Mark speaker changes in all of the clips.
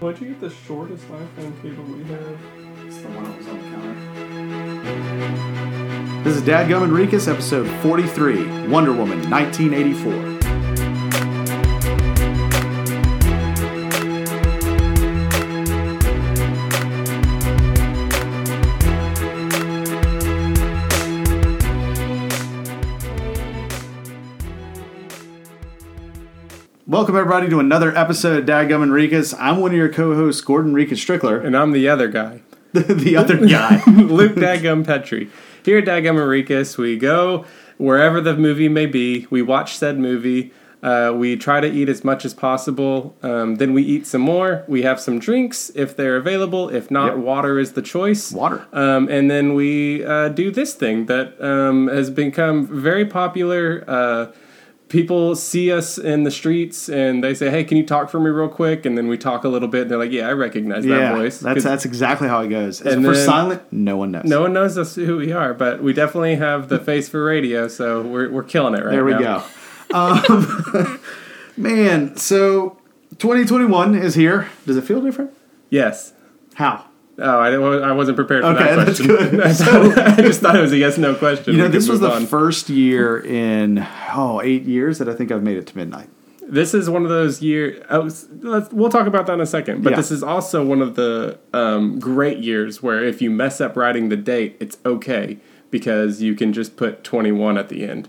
Speaker 1: Why'd you get the shortest iPhone cable we have?
Speaker 2: It's the one that was on the counter. This is Dadgum Enriquez, episode 43, Wonder Woman, 1984. Welcome, everybody, to another episode of Dadgum Enriquez. I'm one of your co hosts, Gordon Enriquez Strickler,
Speaker 3: And I'm the other guy,
Speaker 2: the other guy.
Speaker 3: Luke Dagum Petrie. Here at Dagum Enriquez, we go wherever the movie may be. We watch said movie. Uh, we try to eat as much as possible. Um, then we eat some more. We have some drinks if they're available. If not,
Speaker 2: Yep.
Speaker 3: water is the choice.
Speaker 2: Water.
Speaker 3: Um, and then we uh, do this thing that um, has become very popular. Uh, people see us in the streets and they say, "Hey, can you talk for me real quick?" And then we talk a little bit. And they're like, "Yeah, I recognize
Speaker 2: yeah,
Speaker 3: that voice."
Speaker 2: that's
Speaker 3: 'Cause-
Speaker 2: that's exactly how it goes. If
Speaker 3: And
Speaker 2: we're
Speaker 3: then-
Speaker 2: silent, no one knows.
Speaker 3: No one knows us who we are, but we definitely have the face for radio, so we're, we're killing it right
Speaker 2: There we
Speaker 3: now.
Speaker 2: go. Um, man, so 2021 is here. Does it feel different?
Speaker 3: Yes.
Speaker 2: How?
Speaker 3: Oh, I, didn't- I wasn't prepared for
Speaker 2: Okay,
Speaker 3: that
Speaker 2: that's
Speaker 3: question.
Speaker 2: good.
Speaker 3: I, thought- I just thought it was a yes no question.
Speaker 2: You know,
Speaker 3: We
Speaker 2: this
Speaker 3: can
Speaker 2: was
Speaker 3: move
Speaker 2: the
Speaker 3: on.
Speaker 2: first year in oh eight years that I think I've made it to midnight.
Speaker 3: this is one of those year. I was, let's, we'll talk about that in a second. But
Speaker 2: Yeah.
Speaker 3: this is also one of the um, great years where if you mess up writing the date, it's okay because you can just put twenty one at the end.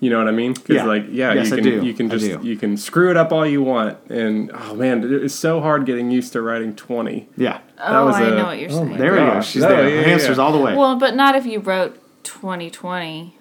Speaker 3: You know what I mean? 'Cause,
Speaker 2: Yeah.
Speaker 3: Like, yeah,
Speaker 2: Yes, I
Speaker 3: you can
Speaker 2: do.
Speaker 3: you can
Speaker 2: I
Speaker 3: just
Speaker 2: do.
Speaker 3: you can screw it up all you want, and oh man, it's so hard getting used to writing twenty.
Speaker 2: Yeah,
Speaker 3: That
Speaker 4: Oh,
Speaker 3: was
Speaker 4: I
Speaker 3: a-
Speaker 4: know what you're
Speaker 3: oh
Speaker 4: saying.
Speaker 3: my
Speaker 2: there we go.
Speaker 3: Gosh,
Speaker 2: She's
Speaker 3: no,
Speaker 2: there.
Speaker 3: yeah,
Speaker 2: Her
Speaker 3: yeah,
Speaker 2: Hamsters
Speaker 3: yeah.
Speaker 2: all the way. Well,
Speaker 4: Well, but not if you wrote 2020.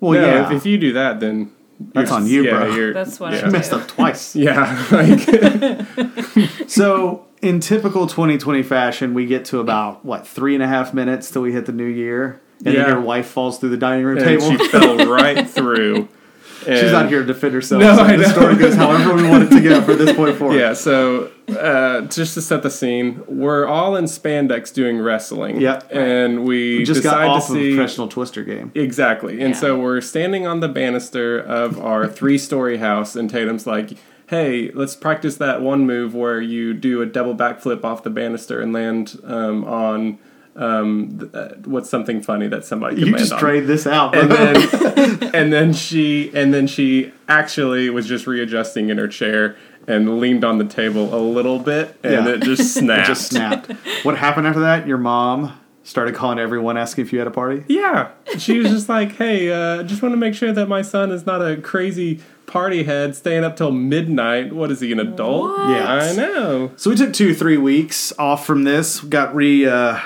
Speaker 3: no,
Speaker 2: yeah,
Speaker 3: if, if you do that, then
Speaker 2: That's
Speaker 3: you're-
Speaker 2: on you,
Speaker 3: yeah,
Speaker 2: bro.
Speaker 3: You're,
Speaker 4: That's what
Speaker 3: yeah.
Speaker 4: I
Speaker 2: messed up twice.
Speaker 3: Yeah, like,
Speaker 2: So in typical 2020 fashion, we get to about what three and a half minutes till we hit the new year, and then
Speaker 3: Yeah.
Speaker 2: your wife falls through the dining room
Speaker 3: and
Speaker 2: table.
Speaker 3: she fell right through.
Speaker 2: She's
Speaker 3: And-
Speaker 2: not here to defend herself.
Speaker 3: No,
Speaker 2: so
Speaker 3: I
Speaker 2: the
Speaker 3: know.
Speaker 2: story goes however we want it to go from this point forward.
Speaker 3: Yeah, so uh, just to set the scene, we're all in spandex doing wrestling.
Speaker 2: Yep.
Speaker 3: And we,
Speaker 2: We just
Speaker 3: decide
Speaker 2: got off
Speaker 3: to
Speaker 2: of a
Speaker 3: see
Speaker 2: professional twister game.
Speaker 3: Exactly. And
Speaker 4: Yeah.
Speaker 3: so we're standing on the banister of our three story house, and Tatum's like, hey, let's practice that one move where you do a double backflip off the banister and land um, on um, th- uh, what's something funny that somebody could
Speaker 2: You
Speaker 3: land
Speaker 2: just
Speaker 3: on.
Speaker 2: trade this out.
Speaker 3: and
Speaker 2: bro.
Speaker 3: then, and then she and then she actually was just readjusting in her chair and leaned on the table a little bit and
Speaker 2: Yeah.
Speaker 3: it just snapped.
Speaker 2: just snapped. what happened after that? Your mom started calling everyone asking if you had a party.
Speaker 3: Yeah, she was just like, "Hey, uh, just want to make sure that my son is not a crazy party head staying up till midnight. What is he, an adult?
Speaker 2: Yeah.
Speaker 3: I know.
Speaker 2: So we took two, three weeks off from this. Got re uh,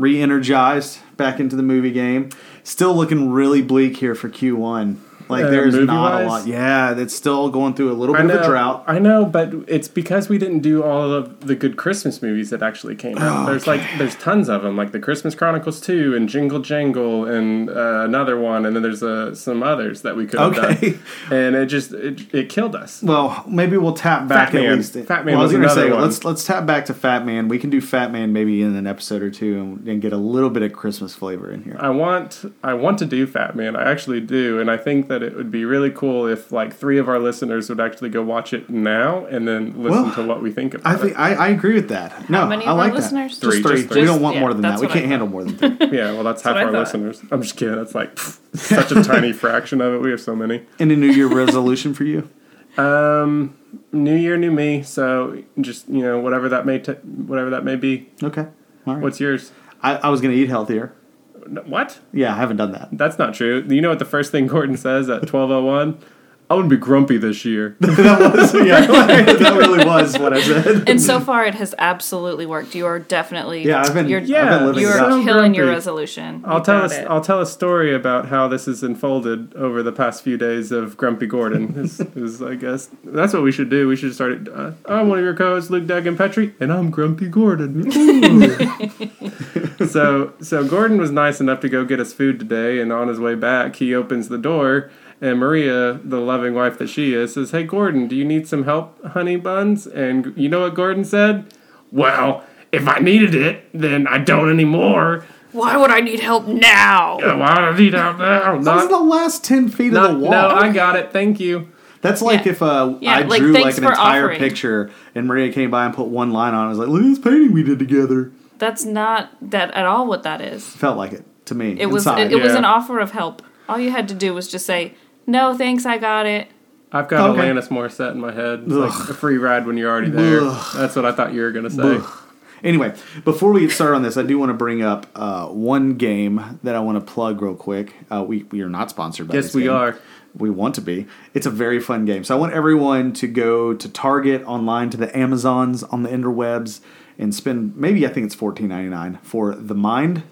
Speaker 2: re-energized back into the movie game. Still looking really bleak here for Q1. Like
Speaker 3: Uh,
Speaker 2: there's not a
Speaker 3: movie-wise?
Speaker 2: lot. Yeah, it's still going through a little
Speaker 3: I
Speaker 2: bit
Speaker 3: know.
Speaker 2: of a drought.
Speaker 3: I know, but it's because we didn't do all of the good Christmas movies that actually came out.
Speaker 2: Oh,
Speaker 3: There's like there's tons of them, like the Christmas Chronicles two and Jingle Jangle and uh, another one, and then there's uh, some others that we could have
Speaker 2: Okay.
Speaker 3: done, and it just it, it killed us.
Speaker 2: Well, maybe we'll tap back
Speaker 3: Man.
Speaker 2: at least.
Speaker 3: Fat Man
Speaker 2: well, I was,
Speaker 3: was
Speaker 2: gonna
Speaker 3: another
Speaker 2: say
Speaker 3: one.
Speaker 2: let's let's tap back to Fat Man. We can do Fat Man maybe in an episode or two and, and get a little bit of Christmas flavor in here.
Speaker 3: I want I want to do Fat Man. I actually do, and I think that it would be really cool if like three of our listeners would actually go watch it now and then listen
Speaker 2: Well,
Speaker 3: to what we think about
Speaker 2: I
Speaker 3: it.
Speaker 2: think I, I agree with that. No,
Speaker 4: many
Speaker 2: I
Speaker 4: of our
Speaker 2: like that.
Speaker 4: listeners?
Speaker 2: Just
Speaker 3: Three,
Speaker 2: three.
Speaker 3: just three.
Speaker 2: We don't want
Speaker 4: Just-
Speaker 2: more than
Speaker 4: yeah,
Speaker 2: that. We
Speaker 4: that's what
Speaker 2: can't
Speaker 4: I
Speaker 2: handle more than three.
Speaker 3: yeah, well, that's half
Speaker 4: what I
Speaker 3: our
Speaker 4: thought.
Speaker 3: listeners. I'm just kidding. That's like pfft, such a tiny fraction of it. We have so many.
Speaker 2: Any New Year resolution for you?
Speaker 3: Um, new year, new me. So just you know whatever that may t- whatever that may be.
Speaker 2: Okay. All right.
Speaker 3: What's yours?
Speaker 2: I, I was going to eat healthier.
Speaker 3: N- What?
Speaker 2: Yeah, I haven't done that.
Speaker 3: That's not true. You know what the first thing Gordon says at 12:01? I wouldn't be grumpy this year.
Speaker 2: that was yeah. that really was what I said.
Speaker 4: And so far, it has absolutely worked. You are definitely.
Speaker 2: Yeah, I've been-
Speaker 4: You're,
Speaker 2: I've been living
Speaker 4: you
Speaker 2: it
Speaker 4: are
Speaker 2: up.
Speaker 4: killing your
Speaker 3: Grumpy.
Speaker 4: resolution.
Speaker 3: I'll
Speaker 4: You
Speaker 3: tell
Speaker 4: got
Speaker 3: us.
Speaker 4: it.
Speaker 3: I'll tell a story about how this has unfolded over the past few days of Grumpy Gordon. is, is I guess that's what we should do. We should start. It, uh, I'm one of your co-hosts, Luke Dag and Petrie, and I'm Grumpy Gordon. Ooh. so, so Gordon was nice enough to go get us food today, and on his way back, he opens the door. And Maria, the loving wife that she is, says, "Hey Gordon, do you need some help, honey buns?" And you know what Gordon said? Well, if I needed it, then I don't anymore.
Speaker 4: Why would I need help now?
Speaker 3: Why do I need out now?
Speaker 2: That was
Speaker 3: Not,
Speaker 2: the last ten feet
Speaker 3: not,
Speaker 2: of the wall.
Speaker 3: no, I got it. Thank you.
Speaker 2: That's like
Speaker 4: Yeah.
Speaker 2: if uh,
Speaker 4: Yeah,
Speaker 2: I
Speaker 4: like,
Speaker 2: drew like
Speaker 4: thanks
Speaker 2: an
Speaker 4: for
Speaker 2: entire
Speaker 4: offering.
Speaker 2: picture and Maria came by and put one line on. it. I was like, look at this painting we did together.
Speaker 4: That's not that at all what that is.
Speaker 2: Felt like it to me.
Speaker 4: It was
Speaker 2: inside.
Speaker 4: it, it was
Speaker 3: Yeah.
Speaker 4: an offer of help. All you had to do was just say, "No, thanks, I got it."
Speaker 3: I've got
Speaker 2: Okay.
Speaker 3: Alanis Morissette in my head. It's like
Speaker 2: Ugh.
Speaker 3: a free ride when you're already there.
Speaker 2: Ugh.
Speaker 3: That's what I thought you were gonna say.
Speaker 2: Ugh. Anyway, before we get started on this, I do want to bring up uh, one game that I want to plug real quick. Uh, we we are not sponsored by.
Speaker 3: Yes,
Speaker 2: this
Speaker 3: we
Speaker 2: game.
Speaker 3: are.
Speaker 2: We want to be. It's a very fun game. So I want everyone to go to Target online to the Amazons on the interwebs and spend maybe I think it's fourteen ninety nine for the Mind.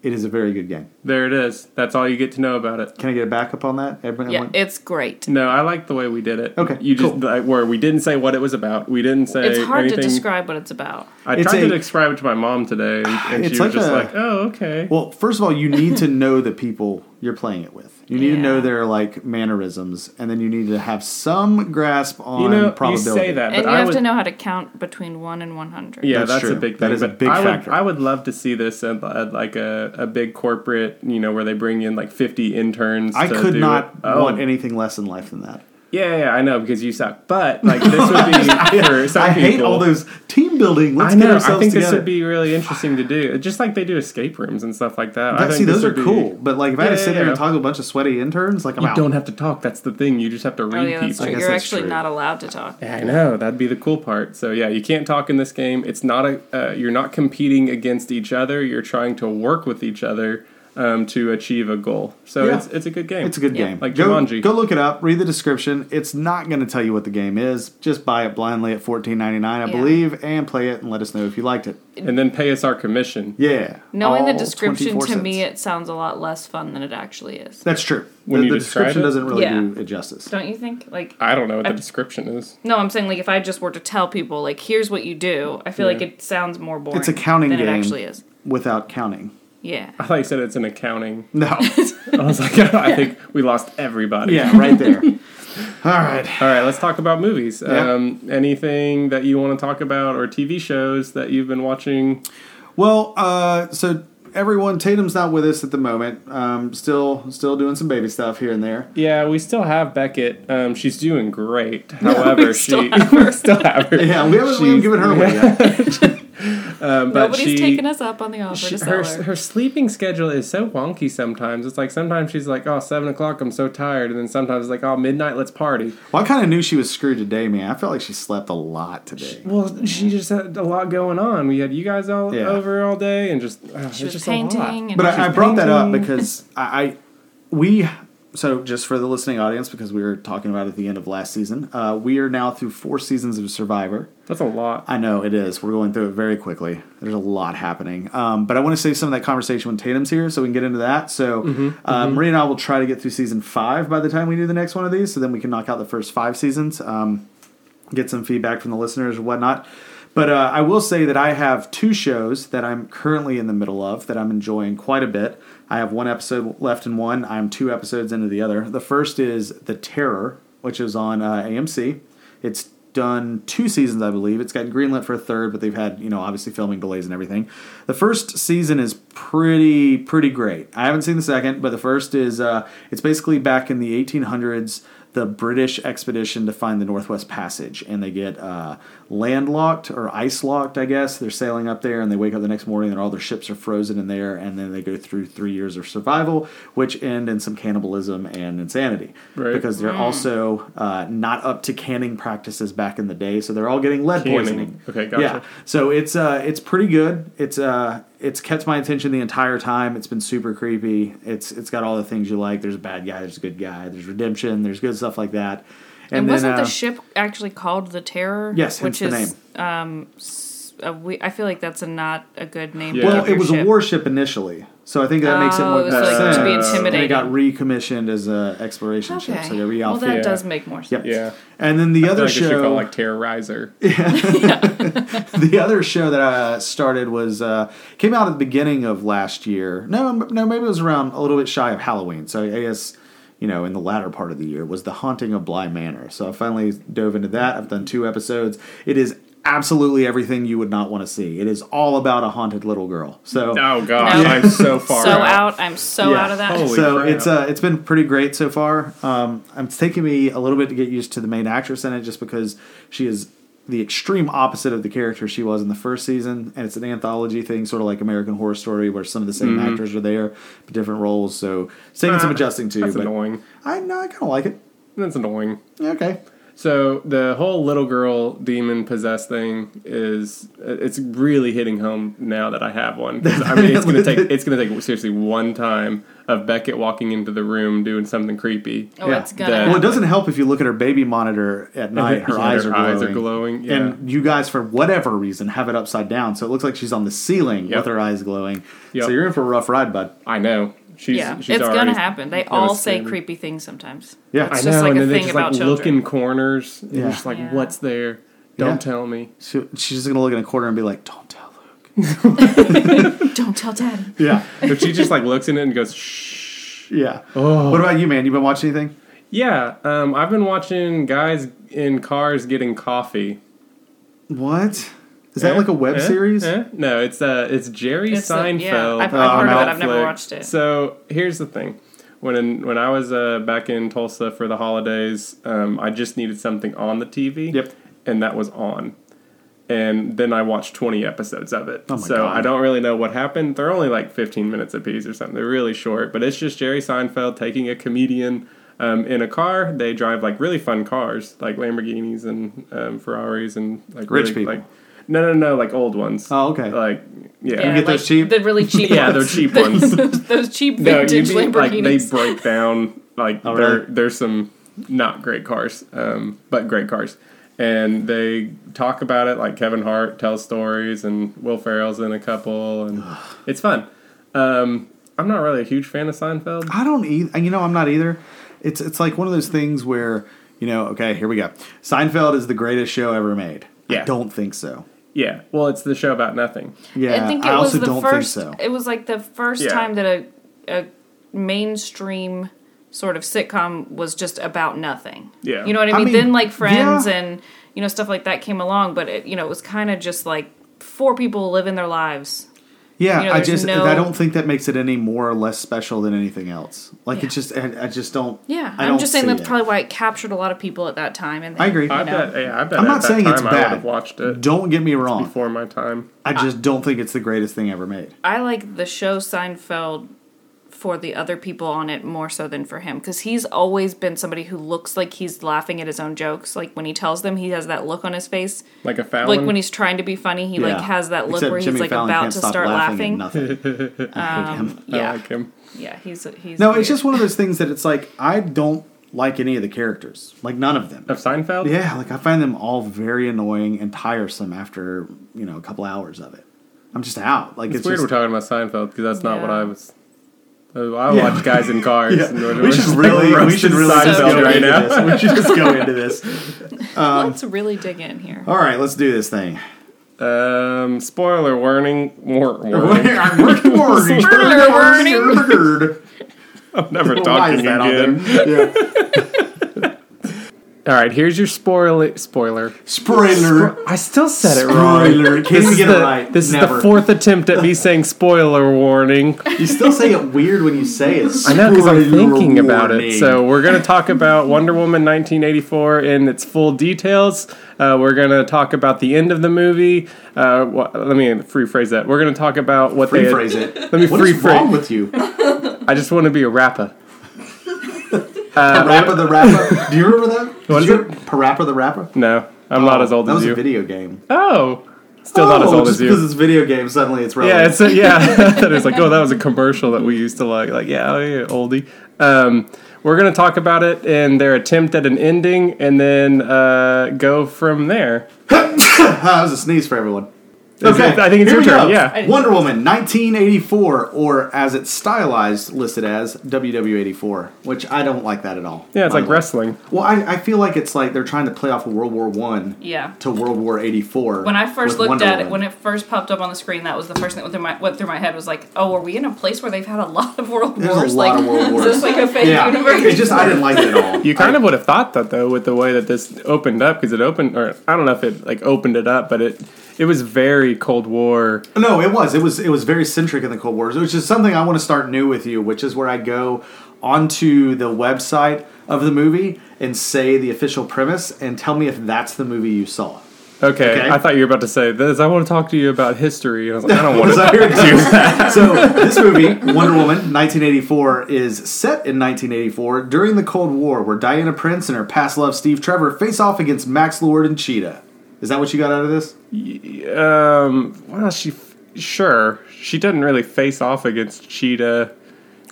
Speaker 2: It is a very good game.
Speaker 3: There it is. That's all you get to know about it.
Speaker 2: Can I get a backup on that? Everyone,
Speaker 4: Yeah, it's great.
Speaker 3: No, I like the way we did it.
Speaker 2: Okay,
Speaker 3: you just
Speaker 2: cool.
Speaker 3: like, where we didn't say what it was about. We didn't say
Speaker 4: It's hard
Speaker 3: anything.
Speaker 4: to describe what it's about.
Speaker 3: I
Speaker 2: It's
Speaker 3: tried
Speaker 2: a-
Speaker 3: to describe it to my mom today, and, and she
Speaker 2: It's
Speaker 3: was
Speaker 2: like
Speaker 3: just
Speaker 2: a-
Speaker 3: like, "Oh, okay."
Speaker 2: Well, first of all, you need to know the people you're playing it with. You need to
Speaker 4: Yeah.
Speaker 2: know their like mannerisms, and then you need to have some grasp on
Speaker 3: you know, you
Speaker 2: probability.
Speaker 3: say that,
Speaker 4: And
Speaker 3: but
Speaker 4: you
Speaker 3: I
Speaker 4: have
Speaker 3: would.
Speaker 4: to know how to count between 1 and 100.
Speaker 3: Yeah,
Speaker 2: That's
Speaker 3: that's,
Speaker 2: true.
Speaker 3: a big thing.
Speaker 2: That is a
Speaker 3: but
Speaker 2: big
Speaker 3: I
Speaker 2: factor.
Speaker 3: Would, I would love to see this at, at like a, a big corporate, you know, where they bring in like 50 interns.
Speaker 2: I
Speaker 3: to
Speaker 2: could
Speaker 3: do
Speaker 2: not
Speaker 3: it. Oh,
Speaker 2: want anything less in life than that.
Speaker 3: Yeah, yeah, I know because you suck. But like this would be for some
Speaker 2: I hate
Speaker 3: people.
Speaker 2: all those team building. Let's
Speaker 3: I
Speaker 2: get
Speaker 3: know. I
Speaker 2: ourselves
Speaker 3: think
Speaker 2: together.
Speaker 3: this would be really interesting to do, just like they do escape rooms and stuff like that. I
Speaker 2: That-
Speaker 3: think
Speaker 2: see,
Speaker 3: this
Speaker 2: those are
Speaker 3: would be-
Speaker 2: cool. But like, if I had to
Speaker 3: Yeah,
Speaker 2: sit there
Speaker 3: yeah,
Speaker 2: and
Speaker 3: yeah.
Speaker 2: talk to a bunch of sweaty interns, like I'm
Speaker 3: You
Speaker 2: out.
Speaker 3: don't have to talk. That's the thing. You just have to
Speaker 4: Oh,
Speaker 3: read
Speaker 4: yeah, that's
Speaker 3: people.
Speaker 4: true.
Speaker 2: guess
Speaker 4: You're
Speaker 2: that's
Speaker 4: actually
Speaker 2: true.
Speaker 4: not allowed to talk.
Speaker 3: I know that'd be the cool part. So yeah, you can't talk in this game. It's not a uh, you're not competing against each other. You're trying to work with each other um, to achieve a goal. So
Speaker 2: Yeah.
Speaker 3: it's it's a good game.
Speaker 2: It's a good
Speaker 4: Yeah.
Speaker 2: game.
Speaker 3: Like
Speaker 2: go,
Speaker 3: Jumanji.
Speaker 2: go look it up. Read the description. It's not going to tell you what the game is. Just buy it blindly at fourteen ninety nine, I
Speaker 4: Yeah.
Speaker 2: believe, and play it and let us know if you liked it.
Speaker 3: and then pay us our commission.
Speaker 2: Yeah.
Speaker 4: Knowing the
Speaker 2: All
Speaker 4: description
Speaker 2: 24
Speaker 4: to
Speaker 2: cents.
Speaker 4: me, it sounds a lot less fun than it actually is.
Speaker 2: that's true.
Speaker 3: When
Speaker 2: the
Speaker 3: you
Speaker 2: the
Speaker 3: describe
Speaker 2: description
Speaker 3: it?
Speaker 2: doesn't really
Speaker 4: Yeah.
Speaker 2: do it justice.
Speaker 4: Don't you think? Like,
Speaker 3: I don't know what the description is.
Speaker 4: no, I'm saying like if I just were to tell people like, here's what you do, I feel
Speaker 3: Yeah.
Speaker 4: like it sounds more boring.
Speaker 2: It's a counting
Speaker 4: than
Speaker 2: game
Speaker 4: it actually is.
Speaker 2: without counting.
Speaker 4: Yeah.
Speaker 3: I thought you said it's an accounting.
Speaker 2: No.
Speaker 3: I was like, I think we lost everybody.
Speaker 2: yeah, right there. All right.
Speaker 3: All right, let's talk about movies.
Speaker 2: Yeah.
Speaker 3: Um, anything that you want to talk about or TV shows that you've been watching?
Speaker 2: Well, uh, so everyone, Tatum's not with us at the moment. Um, still, still doing some baby stuff here and there.
Speaker 3: Yeah, we still have Beckett. Um, she's doing great. However,
Speaker 4: still
Speaker 3: she
Speaker 4: have
Speaker 3: we still have her.
Speaker 2: Yeah, we haven't, we haven't
Speaker 3: She's-
Speaker 2: given her away yet.
Speaker 3: Um, but
Speaker 4: Nobody's
Speaker 3: she,
Speaker 4: taken us up on the offer
Speaker 3: she-
Speaker 4: to sell
Speaker 3: her,
Speaker 4: her.
Speaker 3: her sleeping schedule is so wonky sometimes. It's like sometimes she's like, oh, seven o'clock, I'm so tired. And then sometimes it's like, oh, midnight, let's party.
Speaker 2: Well, I kind of knew she was screwed today, man. I felt like she slept a lot today.
Speaker 3: Well, she just had a lot going on. We had you guys all
Speaker 2: Yeah.
Speaker 3: over all day and just, uh,
Speaker 4: She
Speaker 3: it's
Speaker 4: was
Speaker 3: just a lot.
Speaker 4: painting. And
Speaker 2: But I, I
Speaker 3: She's
Speaker 2: brought that up
Speaker 3: painting.
Speaker 2: because I, I we so just for the listening audience because we were talking about it at the end of last season. Uh, we are now through four seasons of Survivor.
Speaker 3: That's a lot.
Speaker 2: I know it is. We're going through it very quickly. There's a lot happening. Um, but I want to save some of that conversation when Tatum's here so we can get into that. So
Speaker 4: Mm-hmm,
Speaker 2: uh, Maria and I will try to get through season five by the time we do the next one of these. So then we can knock out the first five seasons, um, get some feedback from the listeners or whatnot. But uh, I will say that I have two shows that I'm currently in the middle of that I'm enjoying quite a bit. I have one episode left in one. I'm two episodes into the other. The first is The Terror, which is on uh, AMC. It's done two seasons, I believe. It's gotten greenlit for a third, but they've had you know obviously filming delays and everything. The first season is pretty pretty great. I haven't seen the second, but the first is uh, it's basically back in the 1800s, the British expedition to find the Northwest Passage, and they get uh, landlocked or ice locked, I guess. They're sailing up there, and they wake up the next morning, and all their ships are frozen in there, and then they go through three years of survival, which end in some cannibalism and insanity,
Speaker 3: Right.
Speaker 2: because they're also uh, not up to canning practices back in the day, so they're all getting lead
Speaker 3: Canning.
Speaker 2: poisoning.
Speaker 3: Okay, gotcha.
Speaker 2: Yeah, so it's uh, it's pretty good. It's uh, it's kept my attention the entire time. It's been super creepy. It's it's got all the things you like. There's a bad guy. There's a good guy. There's redemption. There's good stuff like that.
Speaker 4: And,
Speaker 2: then,
Speaker 4: wasn't
Speaker 2: uh,
Speaker 4: the ship actually called the Terror?
Speaker 2: Yes, hence
Speaker 4: which
Speaker 2: the
Speaker 4: is um, s- a we- I feel like that's a not a good name.
Speaker 3: Yeah.
Speaker 4: for
Speaker 2: well,
Speaker 4: your
Speaker 2: it was a
Speaker 4: ship.
Speaker 2: warship initially, so I think that makes it
Speaker 4: Oh,
Speaker 2: more
Speaker 4: it was, like,
Speaker 3: to be
Speaker 2: sense. And It
Speaker 4: intimidating.
Speaker 2: got recommissioned as a exploration ship,
Speaker 4: Okay.
Speaker 2: so they re
Speaker 4: well, that
Speaker 3: Yeah.
Speaker 4: does make more
Speaker 2: Yep.
Speaker 4: sense.
Speaker 3: Yeah.
Speaker 2: And then the
Speaker 3: I feel
Speaker 2: other
Speaker 3: like it should
Speaker 2: show,
Speaker 3: call like Terrorizer.
Speaker 2: the other show that I started was uh, came out at the beginning of last year. No, m- no, maybe it was around a little bit shy of Halloween. So I guess you know, in the latter part of the year was the Haunting of Bly Manor. So I finally dove into that. I've done two episodes. It is absolutely everything you would not want to see. It is all about a haunted little girl. So
Speaker 3: Oh god,
Speaker 4: No.
Speaker 3: I'm so far
Speaker 4: so
Speaker 3: out.
Speaker 4: out. I'm so
Speaker 2: Yeah.
Speaker 4: out of that.
Speaker 3: Holy
Speaker 2: so
Speaker 3: crap.
Speaker 2: it's uh, it's been pretty great so far. Um, it's taking me a little bit to get used to the main actress in it, just because she is the extreme opposite of the character she was in the first season, and it's an anthology thing, sort of like American Horror Story, where some of the same actors are there but different roles. So it's taking
Speaker 3: Mm-hmm.
Speaker 2: some
Speaker 3: Ah,
Speaker 2: adjusting to,
Speaker 3: That's
Speaker 2: but
Speaker 3: annoying.
Speaker 2: I no, I kind of like it.
Speaker 3: That's annoying.
Speaker 2: Okay,
Speaker 3: So the whole little girl demon possessed thing is it's really hitting home now that I have one. 'Cause, I mean, it's gonna take it's gonna take seriously one time of Beckett walking into the room doing something creepy.
Speaker 4: oh,
Speaker 2: yeah.
Speaker 4: it's gonna.
Speaker 3: That-
Speaker 2: Well, it
Speaker 4: happen.
Speaker 2: doesn't help if you look at her baby monitor at night. Her,
Speaker 3: Yeah,
Speaker 2: eyes,
Speaker 3: her
Speaker 2: are
Speaker 3: eyes are glowing, yeah.
Speaker 2: And you guys, for whatever reason, have it upside down. So it looks like she's on the ceiling
Speaker 3: Yep.
Speaker 2: with her eyes glowing.
Speaker 3: Yep.
Speaker 2: So you're in for a rough ride, bud.
Speaker 3: I know she's
Speaker 4: yeah,
Speaker 3: she's
Speaker 4: it's
Speaker 3: already-
Speaker 4: gonna happen. They all say
Speaker 3: scary.
Speaker 4: creepy things sometimes.
Speaker 2: Yeah.
Speaker 4: it's
Speaker 3: I know,
Speaker 4: just like
Speaker 3: and
Speaker 4: a
Speaker 3: then they
Speaker 4: thing
Speaker 3: just
Speaker 4: about
Speaker 3: like
Speaker 4: children.
Speaker 3: look in corners. And
Speaker 2: Yeah.
Speaker 3: you're just like,
Speaker 4: Yeah.
Speaker 3: what's there? Don't
Speaker 2: Yeah.
Speaker 3: tell me.
Speaker 2: She, she's just gonna look in a corner and be like, "Don't tell Luke."
Speaker 4: Don't tell dad.
Speaker 2: Yeah,
Speaker 3: But she just like looks in it and goes, shh.
Speaker 2: yeah.
Speaker 3: Oh.
Speaker 2: What about you, man? You been watching anything?
Speaker 3: Yeah, um, I've been watching guys in cars getting coffee.
Speaker 2: What is that
Speaker 3: Eh?
Speaker 2: like a web
Speaker 3: Eh?
Speaker 2: series?
Speaker 3: Eh? No, it's uh, it's Jerry
Speaker 4: It's a-
Speaker 3: Seinfeld. uh,
Speaker 4: yeah, I've- I've
Speaker 2: heard of
Speaker 4: it, I've never
Speaker 3: Netflix.
Speaker 4: watched it.
Speaker 3: So here's the thing: when when I was uh, back in Tulsa for the holidays, um, I just needed something on the TV.
Speaker 2: Yep.
Speaker 3: and that was on. And then I watched 20 episodes of it.
Speaker 2: Oh my
Speaker 3: so
Speaker 2: God.
Speaker 3: I don't really know what happened. They're only like 15 minutes apiece or something. They're really short, but it's just Jerry Seinfeld taking a comedian um, in a car. They drive like really fun cars, like Lamborghinis and um, Ferraris and like
Speaker 2: Rich
Speaker 3: really,
Speaker 2: people.
Speaker 3: Like, no, no, no, like old ones.
Speaker 2: Oh, okay.
Speaker 3: Like yeah,
Speaker 4: Yeah,
Speaker 2: get
Speaker 4: like
Speaker 2: those cheap?
Speaker 4: The really cheap.
Speaker 3: yeah, they're
Speaker 4: ones.
Speaker 3: cheap ones.
Speaker 4: those, those cheap
Speaker 3: no, you
Speaker 4: vintage
Speaker 3: mean like they
Speaker 4: Lamborghinis.
Speaker 3: break down. Like
Speaker 2: Oh,
Speaker 3: there,
Speaker 2: really?
Speaker 3: there's some not great cars, um, but great cars, and they talk about it. Like Kevin Hart tells stories, and Will Ferrell's in a couple, and it's fun. Um, I'm not really a huge fan of Seinfeld.
Speaker 2: I don't either. You know, I'm not either. It's it's like one of those things where you know, okay, here we go. Seinfeld is the greatest show ever made.
Speaker 3: Yeah.
Speaker 2: I don't think so.
Speaker 3: Yeah, well, it's the show about nothing.
Speaker 2: Yeah,
Speaker 4: I think it
Speaker 2: I
Speaker 4: was
Speaker 2: also
Speaker 4: the
Speaker 2: don't
Speaker 4: first.
Speaker 2: think so.
Speaker 4: It was like the first
Speaker 3: Yeah.
Speaker 4: time that a a mainstream sort of sitcom was just about nothing.
Speaker 3: Yeah.
Speaker 4: you know what I
Speaker 2: I
Speaker 4: mean.
Speaker 2: mean,
Speaker 4: then like Friends
Speaker 2: yeah.
Speaker 4: and you know stuff like that came along, but it, you know it was kind of just like four people living their lives.
Speaker 2: Yeah,
Speaker 4: You know,
Speaker 2: I
Speaker 4: there's
Speaker 2: just
Speaker 4: no-
Speaker 2: I don't think that makes it any more or less special than anything else. Like
Speaker 4: Yeah.
Speaker 2: it just I, I just don't.
Speaker 4: Yeah,
Speaker 2: I
Speaker 4: I'm
Speaker 2: don't
Speaker 4: just saying
Speaker 2: see
Speaker 4: that's
Speaker 2: it.
Speaker 4: probably why it captured a lot of people at that time. And
Speaker 2: I agree.
Speaker 3: I
Speaker 4: know.
Speaker 3: bet. Yeah, I bet.
Speaker 2: I'm
Speaker 3: at
Speaker 2: not
Speaker 3: that
Speaker 2: saying
Speaker 3: time
Speaker 2: it's
Speaker 3: I
Speaker 2: bad.
Speaker 3: would have watched it
Speaker 2: Don't get me wrong.
Speaker 3: before my time.
Speaker 2: I just don't think it's the greatest thing ever made.
Speaker 4: I like the show Seinfeld for the other people on it more so than for him because he's always been somebody who looks like he's laughing at his own jokes. Like when he tells them, he has that look on his face.
Speaker 3: Like a Fallon.
Speaker 4: Like when he's trying to be funny, he like
Speaker 2: Yeah.
Speaker 4: has that look
Speaker 2: Except
Speaker 4: where
Speaker 2: Jimmy
Speaker 4: he's like
Speaker 2: Fallon
Speaker 4: about
Speaker 2: can't
Speaker 4: to
Speaker 2: stop
Speaker 4: start laughing. Um,
Speaker 2: laughing. at nothing. I hate him.
Speaker 4: Yeah,
Speaker 3: I like him.
Speaker 4: yeah, he's he's
Speaker 2: No,
Speaker 4: weird.
Speaker 2: it's just one of those things that it's like I don't like any of the characters, like none of them.
Speaker 3: Of Seinfeld?
Speaker 2: Yeah, like I find them all very annoying and tiresome after you know a couple hours of it. I'm just out. Like
Speaker 3: It's,
Speaker 2: it's,
Speaker 3: weird
Speaker 2: just,
Speaker 3: we're talking about Seinfeld because that's not what
Speaker 4: Yeah.
Speaker 3: I was. I
Speaker 2: Yeah.
Speaker 3: watch guys in cars.
Speaker 2: Yeah.
Speaker 3: and we're-
Speaker 2: We
Speaker 3: we're
Speaker 2: should
Speaker 3: just
Speaker 2: really, we
Speaker 3: roasting
Speaker 2: should really just
Speaker 3: Seinfeld
Speaker 2: go
Speaker 3: right
Speaker 2: into
Speaker 3: now.
Speaker 2: this. We should just go into this.
Speaker 4: let's really dig in here.
Speaker 2: All right, let's do this thing.
Speaker 3: Um, spoiler warning. War, warning.
Speaker 2: I'm Rick Warren.
Speaker 4: Spoiler warning.
Speaker 2: Triggered.
Speaker 3: I'm never
Speaker 2: Why is
Speaker 3: talking
Speaker 2: that
Speaker 3: again.
Speaker 2: on there? Yeah.
Speaker 3: All right, here's your spoiler. Spoiler.
Speaker 2: Spoiler.
Speaker 3: I still said it wrong.
Speaker 2: Spoiler. Can
Speaker 3: This
Speaker 2: we
Speaker 3: is,
Speaker 2: get
Speaker 3: the,
Speaker 2: it right?
Speaker 3: this is
Speaker 2: Never.
Speaker 3: the fourth attempt at me saying spoiler warning.
Speaker 2: You still say it weird when you say it.
Speaker 3: I know because I'm thinking about it. So we're gonna talk about Wonder Woman 1984 in its full details. Uh, we're gonna talk about the end of the movie. Uh, wha- let me rephrase that. We're gonna talk about what they.
Speaker 2: rephrase it.
Speaker 3: Let me
Speaker 2: What is wrong
Speaker 3: rephrase.
Speaker 2: with you?
Speaker 3: I just want to be a rapper.
Speaker 2: Parappa the Rapper. Do you remember that? Did
Speaker 3: What is
Speaker 2: you hear Parappa the Rapper?
Speaker 3: No, I'm not as old
Speaker 2: Oh, that
Speaker 3: as
Speaker 2: was
Speaker 3: you.
Speaker 2: a video game.
Speaker 3: Oh, still not as
Speaker 2: Oh,
Speaker 3: old
Speaker 2: just
Speaker 3: as
Speaker 2: Because
Speaker 3: you.
Speaker 2: it's video game, suddenly it's relevant.
Speaker 3: Yeah, it's a, yeah. it's like oh, that was a commercial that we used to like. Like yeah, oh, yeah oldie. Um, we're gonna talk about it and their attempt at an ending, and then uh, go from there.
Speaker 2: Ah, that was a sneeze for everyone. Okay,
Speaker 3: I think it's your
Speaker 2: here we
Speaker 3: turn.
Speaker 2: go.
Speaker 3: Yeah.
Speaker 2: Wonder Woman 1984, or as it's stylized, listed as WW84, which I don't like that at all.
Speaker 3: Yeah, it's
Speaker 2: I
Speaker 3: like
Speaker 2: don't-
Speaker 3: wrestling.
Speaker 2: Well, I, I feel like it's like they're trying to play off of World War One
Speaker 4: Yeah.
Speaker 2: to World War 84.
Speaker 4: When I
Speaker 2: with
Speaker 4: first looked
Speaker 2: Wonder
Speaker 4: at it,
Speaker 2: Woman.
Speaker 4: when it first popped up on the screen, that was the first thing that went through my, went through my head was like, oh, are we in a place where they've had a lot of world
Speaker 2: There's a
Speaker 4: wars?
Speaker 2: lot
Speaker 4: like,
Speaker 2: of world
Speaker 4: is
Speaker 2: wars.
Speaker 4: this like a fake
Speaker 2: yeah,
Speaker 4: universe?
Speaker 2: it's just I didn't like it at all.
Speaker 3: You kind of would have thought that though, with the way that this opened up, because it opened, or I don't know if it like opened it up, but it it was very Cold War.
Speaker 2: No, it was. It was. It was very centric in the Cold Wars, which is something I want to start new with you, which is where I go onto the website of the movie and say the official premise and tell me if that's the movie you saw.
Speaker 3: Okay,
Speaker 2: Okay.
Speaker 3: I thought you were about to say this. I want to talk to you about history. And I was like, I don't want
Speaker 2: Was
Speaker 3: to.
Speaker 2: I here too? so this movie, Wonder Woman, 1984, is set in 1984 during the Cold War, where Diana Prince and her past love Steve Trevor face off against Max Lord and Cheetah. Is that what you got out of this?
Speaker 3: Um, well, she f- sure she didn't really face off against Cheetah.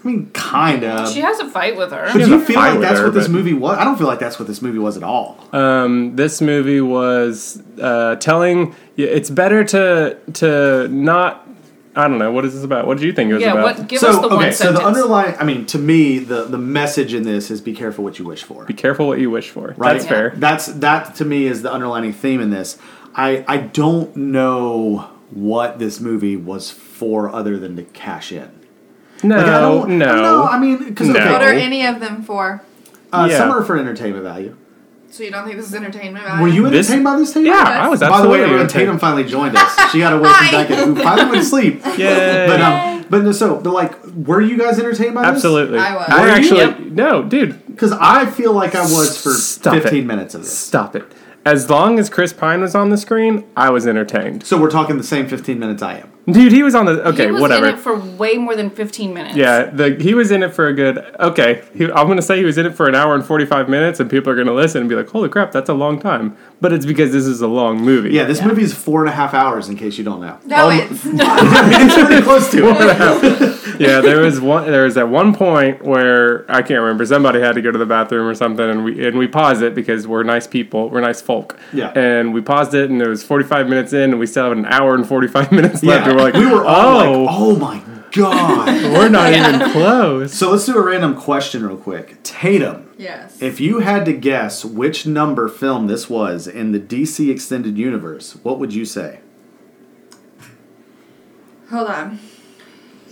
Speaker 2: I mean, kind of.
Speaker 4: she has a fight with her.
Speaker 2: But do
Speaker 3: has
Speaker 2: you
Speaker 3: a
Speaker 2: feel
Speaker 3: fight
Speaker 2: like
Speaker 3: with
Speaker 2: that's
Speaker 3: her,
Speaker 2: what this
Speaker 3: but-
Speaker 2: movie was? I don't feel like that's what this movie was at all.
Speaker 3: Um, this movie was uh, telling yeah, it's better to to not. I don't know what is this about. What did you think it was
Speaker 4: Yeah,
Speaker 3: about?
Speaker 4: what? Give us the
Speaker 2: so
Speaker 4: one sentence.
Speaker 2: the underlying, I mean, to me, the the message in this is be careful what you wish for.
Speaker 3: Be careful what you wish for.
Speaker 2: right?
Speaker 3: That's fair.
Speaker 2: That's that to me is the underlining theme in this. I I don't know what this movie was for other than to cash in.
Speaker 3: No,
Speaker 2: Like, I don't,
Speaker 3: no,
Speaker 2: no. I mean, because
Speaker 3: No.
Speaker 5: What
Speaker 2: okay,
Speaker 5: are any of them for?
Speaker 2: uh,
Speaker 3: Yeah.
Speaker 2: some are for entertainment value.
Speaker 5: So you don't think this is entertainment value?
Speaker 2: Were you
Speaker 3: This-
Speaker 2: entertained by this? Tatum?
Speaker 3: Yeah,
Speaker 4: Oh,
Speaker 3: I was
Speaker 2: By the
Speaker 3: absolutely.
Speaker 2: way, everyone, Tatum finally joined us. She got away from
Speaker 5: Hi.
Speaker 2: Beckett, who finally went to sleep.
Speaker 3: Yay.
Speaker 2: But um, but no, so but like, were you guys entertained by this?
Speaker 3: Absolutely.
Speaker 5: I was.
Speaker 3: We're
Speaker 2: Were you?
Speaker 3: actually
Speaker 4: Yep.
Speaker 3: no, dude.
Speaker 2: Because I feel like I was for
Speaker 3: Stop it.
Speaker 2: 15 minutes of this.
Speaker 3: Stop it. As long as Chris Pine was on the screen, I was entertained.
Speaker 2: So we're talking the same 15 minutes I am.
Speaker 3: Dude, he was on the okay,
Speaker 4: he was
Speaker 3: whatever.
Speaker 4: in it for way more than 15 minutes.
Speaker 3: yeah, the, he was in it for a good. Okay, he, I'm gonna say he was in it for an hour and 45 minutes, and people are gonna listen and be like, "Holy crap, that's a long time!" But it's because this is a long movie.
Speaker 2: Yeah, this movie is four and a half hours, in case you don't know.
Speaker 5: No,
Speaker 3: Um,
Speaker 5: it's
Speaker 2: it's pretty close to it.
Speaker 3: yeah, there was one. There was at one point where I can't remember. Somebody had to go to the bathroom or something, and we and we paused it because we're nice people. We're nice folk.
Speaker 2: Yeah.
Speaker 3: And we paused it, and it was forty five minutes in, and we still have an hour and forty five minutes left. And
Speaker 2: Yeah,
Speaker 3: we're like,
Speaker 2: we were all
Speaker 3: oh,
Speaker 2: like, oh my god.
Speaker 3: we're not even close.
Speaker 2: so let's do a random question real quick. Tatum,
Speaker 5: yes.
Speaker 2: if you had to guess which number film this was in the DC Extended Universe, what would you say?
Speaker 5: Hold on.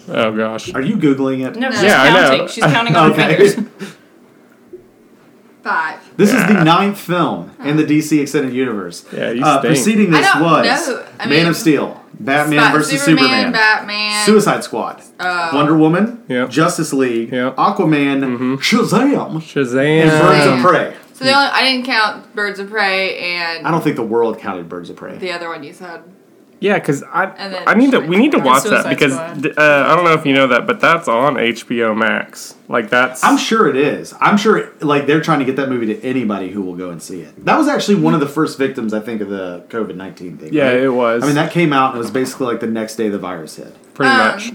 Speaker 3: Oh gosh.
Speaker 2: Are you Googling it?
Speaker 4: No, she's
Speaker 5: Yeah,
Speaker 3: I know.
Speaker 4: counting. She's counting on her
Speaker 2: Okay.
Speaker 4: fingers.
Speaker 5: Five.
Speaker 2: This is the ninth film in the DC Extended Universe.
Speaker 3: Yeah, you
Speaker 2: uh,
Speaker 3: stink.
Speaker 2: Preceding
Speaker 5: I
Speaker 2: this
Speaker 5: don't
Speaker 2: was
Speaker 5: know. I
Speaker 2: Man
Speaker 5: mean,
Speaker 2: of Steel, Batman
Speaker 5: Bat-
Speaker 2: versus
Speaker 5: Superman,
Speaker 2: Superman,
Speaker 5: Batman.
Speaker 2: Suicide Squad,
Speaker 5: Oh.
Speaker 2: Wonder Woman,
Speaker 3: Yeah.
Speaker 2: Justice League,
Speaker 3: Yeah.
Speaker 2: Aquaman,
Speaker 3: Mm-hmm.
Speaker 5: Um,
Speaker 2: Shazam, and Birds
Speaker 3: Shazam.
Speaker 2: of Prey.
Speaker 5: So the only I didn't count Birds of Prey and
Speaker 2: I don't think the world counted Birds of Prey.
Speaker 5: the other one you said.
Speaker 3: Yeah, because I
Speaker 5: And then
Speaker 3: I need to we need to
Speaker 5: Suicide
Speaker 3: watch that
Speaker 4: Squad.
Speaker 3: because
Speaker 4: Suicide
Speaker 3: th- uh, I don't know if you know that, but that's on HBO Max. Like that's
Speaker 2: I'm sure it is. I'm sure like they're trying to get that movie to anybody who will go and see it. That was actually one of the first victims, I think, of the COVID nineteen thing.
Speaker 3: yeah,
Speaker 2: right?
Speaker 3: it was.
Speaker 2: I mean, that came out and it was basically like the next day the virus hit.
Speaker 3: pretty
Speaker 5: Um,
Speaker 3: much.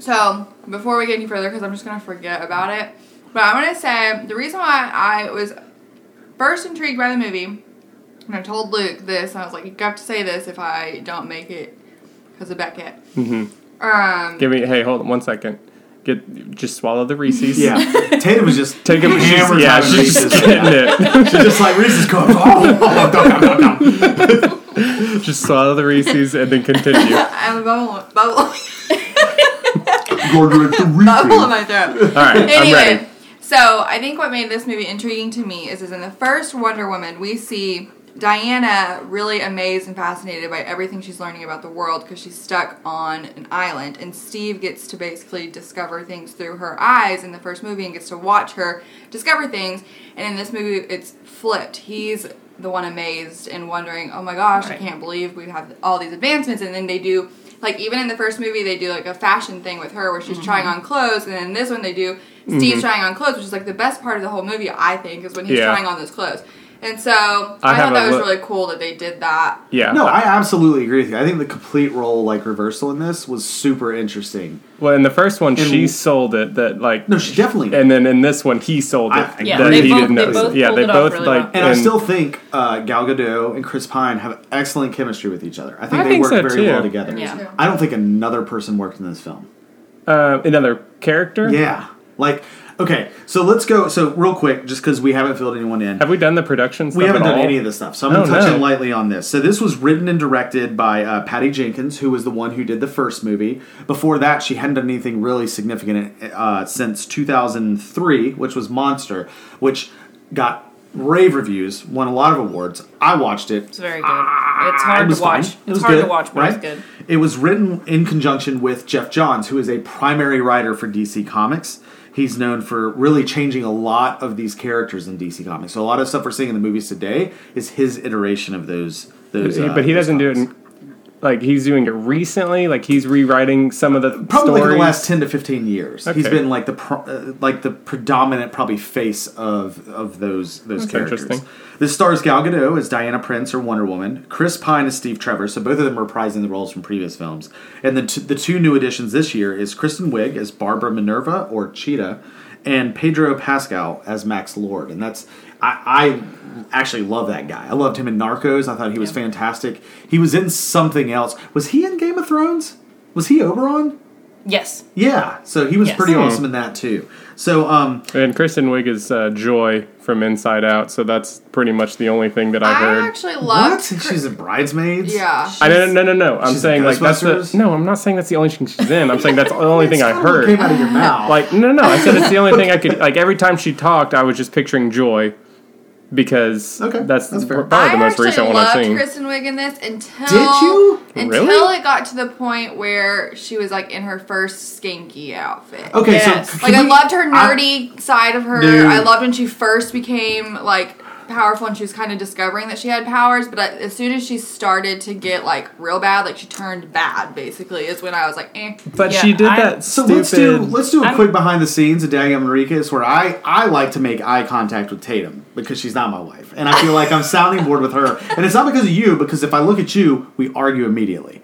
Speaker 5: So before we get any further, because I'm just gonna forget about it. But I'm gonna say the reason why I was first intrigued by the movie, and I told Luke this, and I was like, "You have to say this if I don't make it because of Beckett." Mm-hmm. Um,
Speaker 3: Give me hey, hold on one second. Get just swallow the Reese's.
Speaker 2: Yeah, Tatum was just
Speaker 3: Take a
Speaker 2: hammer
Speaker 3: she's, yeah,
Speaker 2: time
Speaker 3: she's just
Speaker 2: Reese's.
Speaker 3: getting it.
Speaker 2: She's just like Reese's going. Oh, oh, dum, dum, dum, dum."
Speaker 3: just swallow the Reese's and then continue. All
Speaker 5: I have a bubble, bubble,
Speaker 2: Gordon with the
Speaker 5: bubble
Speaker 2: Reese's.
Speaker 5: in my throat.
Speaker 3: right, I'm
Speaker 5: anyway,
Speaker 3: ready.
Speaker 5: so I think what made this movie intriguing to me is, is in the first Wonder Woman, we see Diana really amazed and fascinated by everything she's learning about the world because she's stuck on an island, and Steve gets to basically discover things through her eyes in the first movie and gets to watch her discover things. And in this movie, it's flipped. He's the one amazed and wondering, oh my gosh, I
Speaker 4: Right.
Speaker 5: can't believe we have all these advancements. And then they do, like, even in the first movie, they do like a fashion thing with her where she's trying
Speaker 3: Mm-hmm.
Speaker 5: on clothes. And in this one, they do Steve's trying on clothes, which is like the best part of the whole movie, I think, is when he's
Speaker 3: Yeah.
Speaker 5: trying on those clothes. And so I,
Speaker 3: have
Speaker 5: thought that
Speaker 3: a
Speaker 5: was
Speaker 3: look-
Speaker 5: really cool that they did that.
Speaker 3: Yeah.
Speaker 2: No, I absolutely agree with you. I think the complete role like reversal in this was super interesting.
Speaker 3: well, in the first one, she
Speaker 2: And-
Speaker 3: sold it that like,
Speaker 2: No, she definitely.
Speaker 3: and then in this one, he sold it.
Speaker 2: I-
Speaker 4: Yeah,
Speaker 3: that
Speaker 4: they
Speaker 3: he
Speaker 4: both-
Speaker 3: didn't
Speaker 4: they
Speaker 3: know.
Speaker 4: both
Speaker 3: yeah,
Speaker 4: pulled
Speaker 3: they
Speaker 4: it off
Speaker 3: both
Speaker 4: really
Speaker 3: like.
Speaker 4: well.
Speaker 2: And I still think uh, Gal Gadot and Chris Pine have excellent chemistry with each other. I think
Speaker 3: I
Speaker 2: they
Speaker 3: think
Speaker 2: work
Speaker 3: so,
Speaker 2: very
Speaker 3: too.
Speaker 2: well together.
Speaker 4: Yeah.
Speaker 5: too.
Speaker 2: I don't think another person worked in this film.
Speaker 3: uh, another character.
Speaker 2: Yeah. Like, okay, so let's go. So, real quick, just because we haven't filled anyone in.
Speaker 3: Have we done the production? Stuff
Speaker 2: we haven't
Speaker 3: at
Speaker 2: done
Speaker 3: all?
Speaker 2: any of this stuff, so I'm going
Speaker 3: Oh,
Speaker 2: to touch
Speaker 3: no.
Speaker 2: in lightly on this. So this was written and directed by uh, Patty Jenkins, who was the one who did the first movie. Before that, she hadn't done anything really significant uh, since 2003, which was Monster, which got rave reviews, won a lot of awards. I watched it.
Speaker 4: It's very good. it's hard
Speaker 2: Ah, It was
Speaker 4: to watch.
Speaker 2: fine. It
Speaker 4: It's
Speaker 2: was
Speaker 4: hard
Speaker 2: good,
Speaker 4: to watch, but
Speaker 2: right?
Speaker 4: it's good.
Speaker 2: It was written in conjunction with Jeff Johns, who is a primary writer for DC Comics. He's known for really changing a lot of these characters in DC Comics. So a lot of stuff we're seeing in the movies today is his iteration of those. Those,
Speaker 3: He-
Speaker 2: uh,
Speaker 3: but he
Speaker 2: those
Speaker 3: doesn't do it.
Speaker 2: comics.
Speaker 3: In, like he's doing it recently. Like he's rewriting some of the
Speaker 2: probably
Speaker 3: stories.
Speaker 2: for the last ten to fifteen years. He's
Speaker 3: Okay.
Speaker 2: been like the pro- uh, like the predominant probably face of of those those characters.
Speaker 3: interesting.
Speaker 2: This stars Gal Gadot as Diana Prince or Wonder Woman, Chris Pine as Steve Trevor. So both of them reprising the roles from previous films. And the t- the two new additions this year is Kristen Wiig as Barbara Minerva or Cheetah, and Pedro Pascal as Max Lord. And that's I. I Actually, love that guy. I loved him in Narcos. I thought he was fantastic. He was in something else. Was he in Game of Thrones? Was he Oberon?
Speaker 4: Yes.
Speaker 2: Yeah, so he was
Speaker 4: Yes.
Speaker 2: pretty
Speaker 4: Hmm.
Speaker 2: awesome in that too. So um,
Speaker 3: And Kristen Wiig is uh, Joy from Inside Out, so that's pretty much the only thing that I've
Speaker 5: I
Speaker 3: heard.
Speaker 5: actually
Speaker 2: what?
Speaker 5: loved. Cr-
Speaker 2: She's in Bridesmaids.
Speaker 5: Uh, yeah.
Speaker 3: I no, no, no, no. I'm
Speaker 2: she's in
Speaker 3: saying like that's the
Speaker 2: Ghostbusters?
Speaker 3: no. I'm not saying that's the only thing she's in. I'm saying that's the only thing I
Speaker 2: That's not what Came
Speaker 3: heard.
Speaker 2: out of your mouth.
Speaker 3: Like no, no. I said it's the only thing I could like. Every time she talked, I was just picturing Joy because
Speaker 2: Okay,
Speaker 3: that's,
Speaker 2: that's fair.
Speaker 3: probably the most
Speaker 5: actually
Speaker 3: recent one
Speaker 5: loved
Speaker 3: I've seen.
Speaker 5: Kristen Wiig in this until
Speaker 2: Did you?
Speaker 5: until
Speaker 3: Really?
Speaker 5: it got to the point where she was like in her first skanky outfit.
Speaker 2: okay,
Speaker 4: Yes.
Speaker 2: so can
Speaker 5: Like I
Speaker 2: we-
Speaker 5: loved her
Speaker 2: I-
Speaker 5: nerdy side of her.
Speaker 2: Dude.
Speaker 5: I loved when she first became like powerful and she was kind of discovering that she had powers. But I, as soon as she started to get like real bad, like she turned bad. Basically, is when I was like, eh.
Speaker 3: But
Speaker 4: Yeah,
Speaker 3: she did
Speaker 4: I-
Speaker 3: that
Speaker 2: so
Speaker 3: stupid.
Speaker 2: let's do let's do a
Speaker 4: I'm-
Speaker 2: quick behind the scenes of Daniel Enriquez where I I like to make eye contact with Tatum because she's not my wife and I feel like I'm sounding board with her and it's not because of you because if I look at you we argue immediately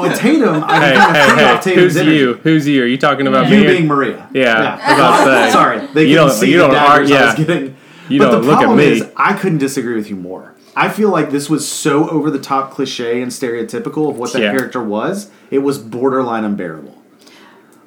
Speaker 2: with Tatum I
Speaker 3: hey,
Speaker 2: can kind of feed
Speaker 3: hey,
Speaker 2: off
Speaker 3: hey!
Speaker 2: Tatum's
Speaker 3: Who's
Speaker 2: energy.
Speaker 3: you? Who's you? Are you talking about
Speaker 2: You
Speaker 3: me?
Speaker 2: being Maria.
Speaker 3: Yeah, I was about to say.
Speaker 2: Sorry, they
Speaker 3: You
Speaker 2: couldn't
Speaker 3: don't-
Speaker 2: see
Speaker 3: you
Speaker 2: the
Speaker 3: don't
Speaker 2: daggers
Speaker 3: argue-
Speaker 2: I was
Speaker 3: yeah.
Speaker 2: getting.
Speaker 3: You
Speaker 2: but
Speaker 3: don't
Speaker 2: the
Speaker 3: look at
Speaker 2: problem
Speaker 3: me.
Speaker 2: is, I couldn't disagree with you more. I feel like this was so over the top, cliche, and stereotypical of what that
Speaker 3: Yeah.
Speaker 2: character was. It was borderline unbearable.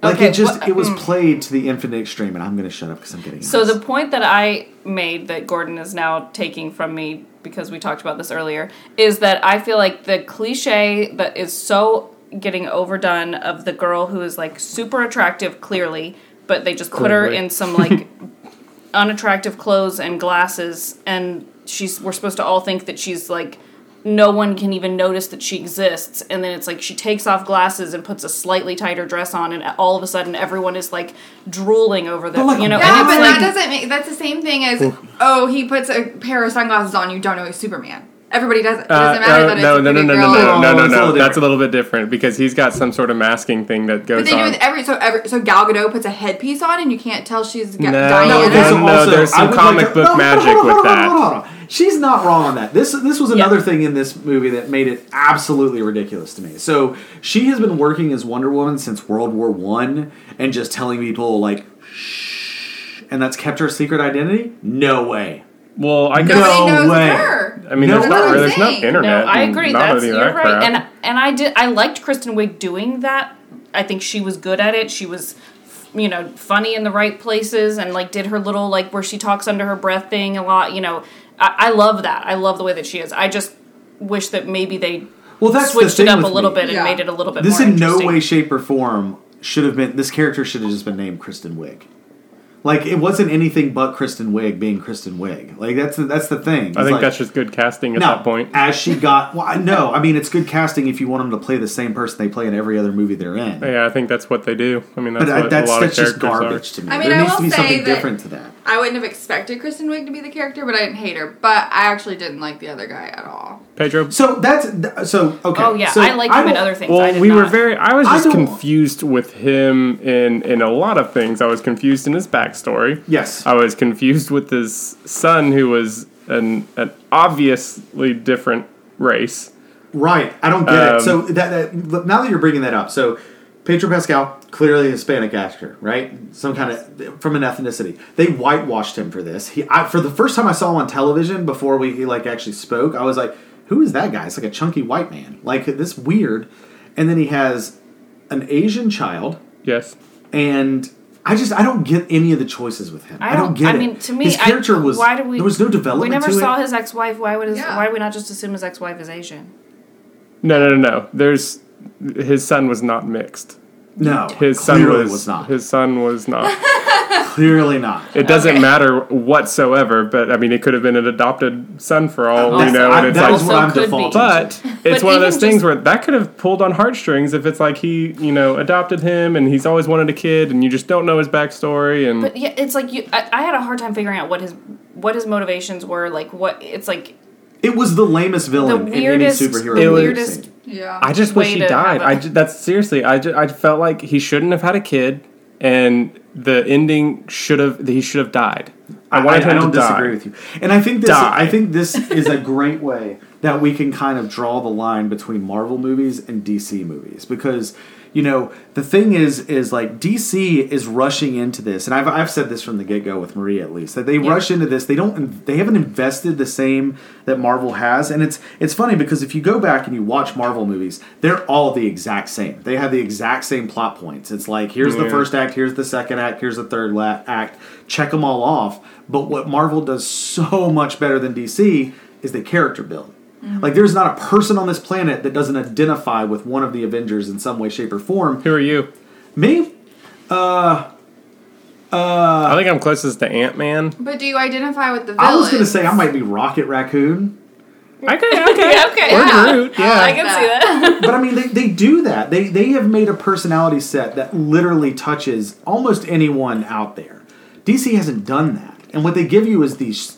Speaker 2: Like
Speaker 4: Okay,
Speaker 2: it just
Speaker 4: what- mm.
Speaker 2: it was played to the infinite extreme, and I'm gonna shut up because I'm getting
Speaker 4: So
Speaker 2: anxious.
Speaker 4: the point that I made that Gordon is now taking from me because we talked about this earlier is that I feel like the cliche that is so getting overdone of the girl who is like super attractive clearly, but they just put her
Speaker 3: Clearly.
Speaker 4: in some like unattractive clothes and glasses and she's we're supposed to all think that she's like no one can even notice that she exists and then it's like she takes off glasses and puts a slightly tighter dress on and all of a sudden everyone is like drooling over them
Speaker 2: like,
Speaker 4: you know and
Speaker 5: Yeah,
Speaker 4: it's
Speaker 5: but
Speaker 4: like,
Speaker 5: that doesn't make. That's the same thing as oh, he puts a pair of sunglasses on. You don't know he's Superman. Everybody does. It
Speaker 3: Uh,
Speaker 5: doesn't matter that it's
Speaker 3: no,
Speaker 5: a
Speaker 3: no, no,
Speaker 5: pretty
Speaker 3: no, no,
Speaker 5: girl.
Speaker 3: no, no, no,
Speaker 2: Oh, it's a
Speaker 3: no,
Speaker 2: little
Speaker 3: no. That's a little bit different because he's got some sort of masking thing that
Speaker 5: But
Speaker 3: goes
Speaker 5: they do it
Speaker 3: on.
Speaker 5: with every so every so Gal Gadot puts a headpiece on and you can't tell she's Ga-
Speaker 3: No,
Speaker 5: Diana.
Speaker 3: no,
Speaker 2: okay, so
Speaker 3: No,
Speaker 2: also,
Speaker 3: there's some
Speaker 2: I would
Speaker 3: comic
Speaker 2: to-
Speaker 3: book
Speaker 2: hold on, hold on,
Speaker 3: magic with
Speaker 2: hold on,
Speaker 3: that.
Speaker 2: hold on, hold on. She's not wrong on that. This this was another thing in this movie that made it absolutely ridiculous to me. So she has been working as Wonder Woman since World War One, and just telling people like, shh, and that's kept her secret identity. No way.
Speaker 3: Well, I guess.
Speaker 5: Nobody
Speaker 2: No
Speaker 5: knows
Speaker 2: way.
Speaker 5: her.
Speaker 3: I mean,
Speaker 2: No
Speaker 3: there's not
Speaker 2: way.
Speaker 5: That's what I'm
Speaker 3: there's not
Speaker 5: saying.
Speaker 3: internet.
Speaker 4: No, I
Speaker 3: and
Speaker 4: agree.
Speaker 3: not
Speaker 4: That's
Speaker 3: any
Speaker 4: you're
Speaker 3: of that
Speaker 4: right.
Speaker 3: crap.
Speaker 4: And and I did. I liked Kristen Wiig doing that. I think she was good at it. She was, you know, funny in the right places and like did her little like where she talks under her breath thing a lot. You know, I, I love that. I love the way that she is. I just wish that maybe they
Speaker 2: Well, that's the
Speaker 4: switched
Speaker 2: thing
Speaker 4: it up a
Speaker 2: with
Speaker 4: little
Speaker 2: me.
Speaker 4: bit and
Speaker 5: Yeah.
Speaker 4: made it a little bit.
Speaker 2: This
Speaker 4: more
Speaker 2: in no
Speaker 4: interesting.
Speaker 2: way, shape, or form should have been. This character should have just been named Kristen Wiig. Like it wasn't anything but Kristen Wiig being Kristen Wiig. Like that's the, that's the thing.
Speaker 3: I
Speaker 2: It's
Speaker 3: think
Speaker 2: like-
Speaker 3: that's just good casting at
Speaker 2: No,
Speaker 3: that point.
Speaker 2: as she got, well, I- no, I mean it's good casting if you want them to play the same person they play in every other movie they're in.
Speaker 3: Yeah, I think that's what they do. I mean, that's
Speaker 2: But I,
Speaker 3: what
Speaker 2: that's,
Speaker 3: a lot
Speaker 2: that's
Speaker 3: of
Speaker 2: just
Speaker 3: characters
Speaker 2: garbage
Speaker 3: are.
Speaker 2: to me.
Speaker 5: I mean,
Speaker 2: there
Speaker 5: I
Speaker 2: needs to
Speaker 5: will
Speaker 2: be
Speaker 5: say
Speaker 2: something
Speaker 5: that-
Speaker 2: different to that.
Speaker 5: I wouldn't have expected Kristen Wiig to be the character, but I didn't hate her. But I actually didn't like the other guy at all.
Speaker 3: Pedro.
Speaker 2: So that's th- so okay.
Speaker 4: Oh yeah,
Speaker 2: so
Speaker 4: I liked him in
Speaker 2: don't-
Speaker 4: other things. I
Speaker 3: Well,
Speaker 4: did
Speaker 3: we were
Speaker 4: not.
Speaker 3: very. I was
Speaker 2: I
Speaker 3: just
Speaker 2: don't-
Speaker 3: confused with him in in a lot of things. I was confused in his backstory.
Speaker 2: Yes.
Speaker 3: I was confused with his son, who was an an obviously different race.
Speaker 2: Right. I don't get
Speaker 3: Um,
Speaker 2: it. So that, that now that you're bringing that up, so Pedro Pascal clearly a Hispanic actor, right? Some kind of from an ethnicity. They whitewashed him for this. He I, for the first time I saw him on television before we he like actually spoke, I was like, "Who is that guy?" It's like a chunky white man, like this weird. And then he has an Asian child,
Speaker 3: Yes.
Speaker 2: and I just I don't get any of the choices with him. I don't, get
Speaker 4: I
Speaker 2: it.
Speaker 4: mean, to me,
Speaker 2: his character
Speaker 4: I,
Speaker 2: was
Speaker 4: why did we?
Speaker 2: there was no development.
Speaker 4: We never
Speaker 2: to
Speaker 4: saw
Speaker 2: it.
Speaker 4: his ex-wife. Why would his,
Speaker 5: Yeah.
Speaker 4: Why would we not just assume his ex-wife is Asian?
Speaker 3: No, no, no, no. There's his son was not mixed.
Speaker 2: No,
Speaker 3: His son
Speaker 2: clearly
Speaker 3: was,
Speaker 2: not.
Speaker 3: His son was not.
Speaker 2: clearly not.
Speaker 3: It doesn't
Speaker 4: Okay.
Speaker 3: matter whatsoever. But I mean, it could have been an adopted son for all
Speaker 4: Also-
Speaker 3: we know.
Speaker 2: I-
Speaker 3: and it's
Speaker 2: that
Speaker 3: like,
Speaker 2: is what I'm
Speaker 4: Also could be.
Speaker 2: defaulting. to.
Speaker 3: But it's
Speaker 4: But
Speaker 3: one of those
Speaker 4: even
Speaker 3: things
Speaker 4: just-
Speaker 3: where that could have pulled on heartstrings if it's like he, you know, adopted him and he's always wanted a kid and you just don't know his backstory and
Speaker 4: But yeah, it's like you. I, I had a hard time figuring out what his what his motivations were. Like what it's like.
Speaker 2: It was the lamest
Speaker 4: The
Speaker 2: villain
Speaker 4: weirdest.
Speaker 2: in any superhero
Speaker 4: the
Speaker 3: was-
Speaker 2: movie I've
Speaker 4: weirdest.
Speaker 2: seen.
Speaker 5: Yeah.
Speaker 3: I just wish
Speaker 4: way
Speaker 3: he
Speaker 4: to
Speaker 3: died.
Speaker 4: have a-
Speaker 3: I ju- that's seriously. I ju- I felt like he shouldn't have had a kid, and the ending should have. He should have died. I wanted him
Speaker 2: I don't
Speaker 3: to
Speaker 2: disagree
Speaker 3: die.
Speaker 2: with you, and I think this.
Speaker 3: Die.
Speaker 2: I think this is a great way that we can kind of draw the line between Marvel movies and DC movies because you know the thing is is like DC is rushing into this, and I've I've said this from the get go with Maria at least that they rush into this. They don't. They haven't invested the same that Marvel has, and it's it's funny because if you go back and you watch Marvel movies, they're all the exact same. They have the exact same plot points. It's like here's the
Speaker 3: Yeah.
Speaker 2: first act, here's the second act, here's the third la- act. Check them all off. But what Marvel does so much better than DC is the character build. Like there's not a person on this planet that doesn't identify with one of the Avengers in some way, shape, or form.
Speaker 3: Who are you?
Speaker 2: Me,
Speaker 3: I think I'm closest to Ant Man.
Speaker 5: but do you identify with the villain?
Speaker 2: I was gonna say I might be Rocket Raccoon.
Speaker 3: Okay, okay,
Speaker 4: Yeah, okay.
Speaker 3: Or
Speaker 4: yeah.
Speaker 3: Groot. Yeah.
Speaker 4: I can see that.
Speaker 2: but I mean, they, they do that. They they have made a personality set that literally touches almost anyone out there. DC hasn't done that, and what they give you is these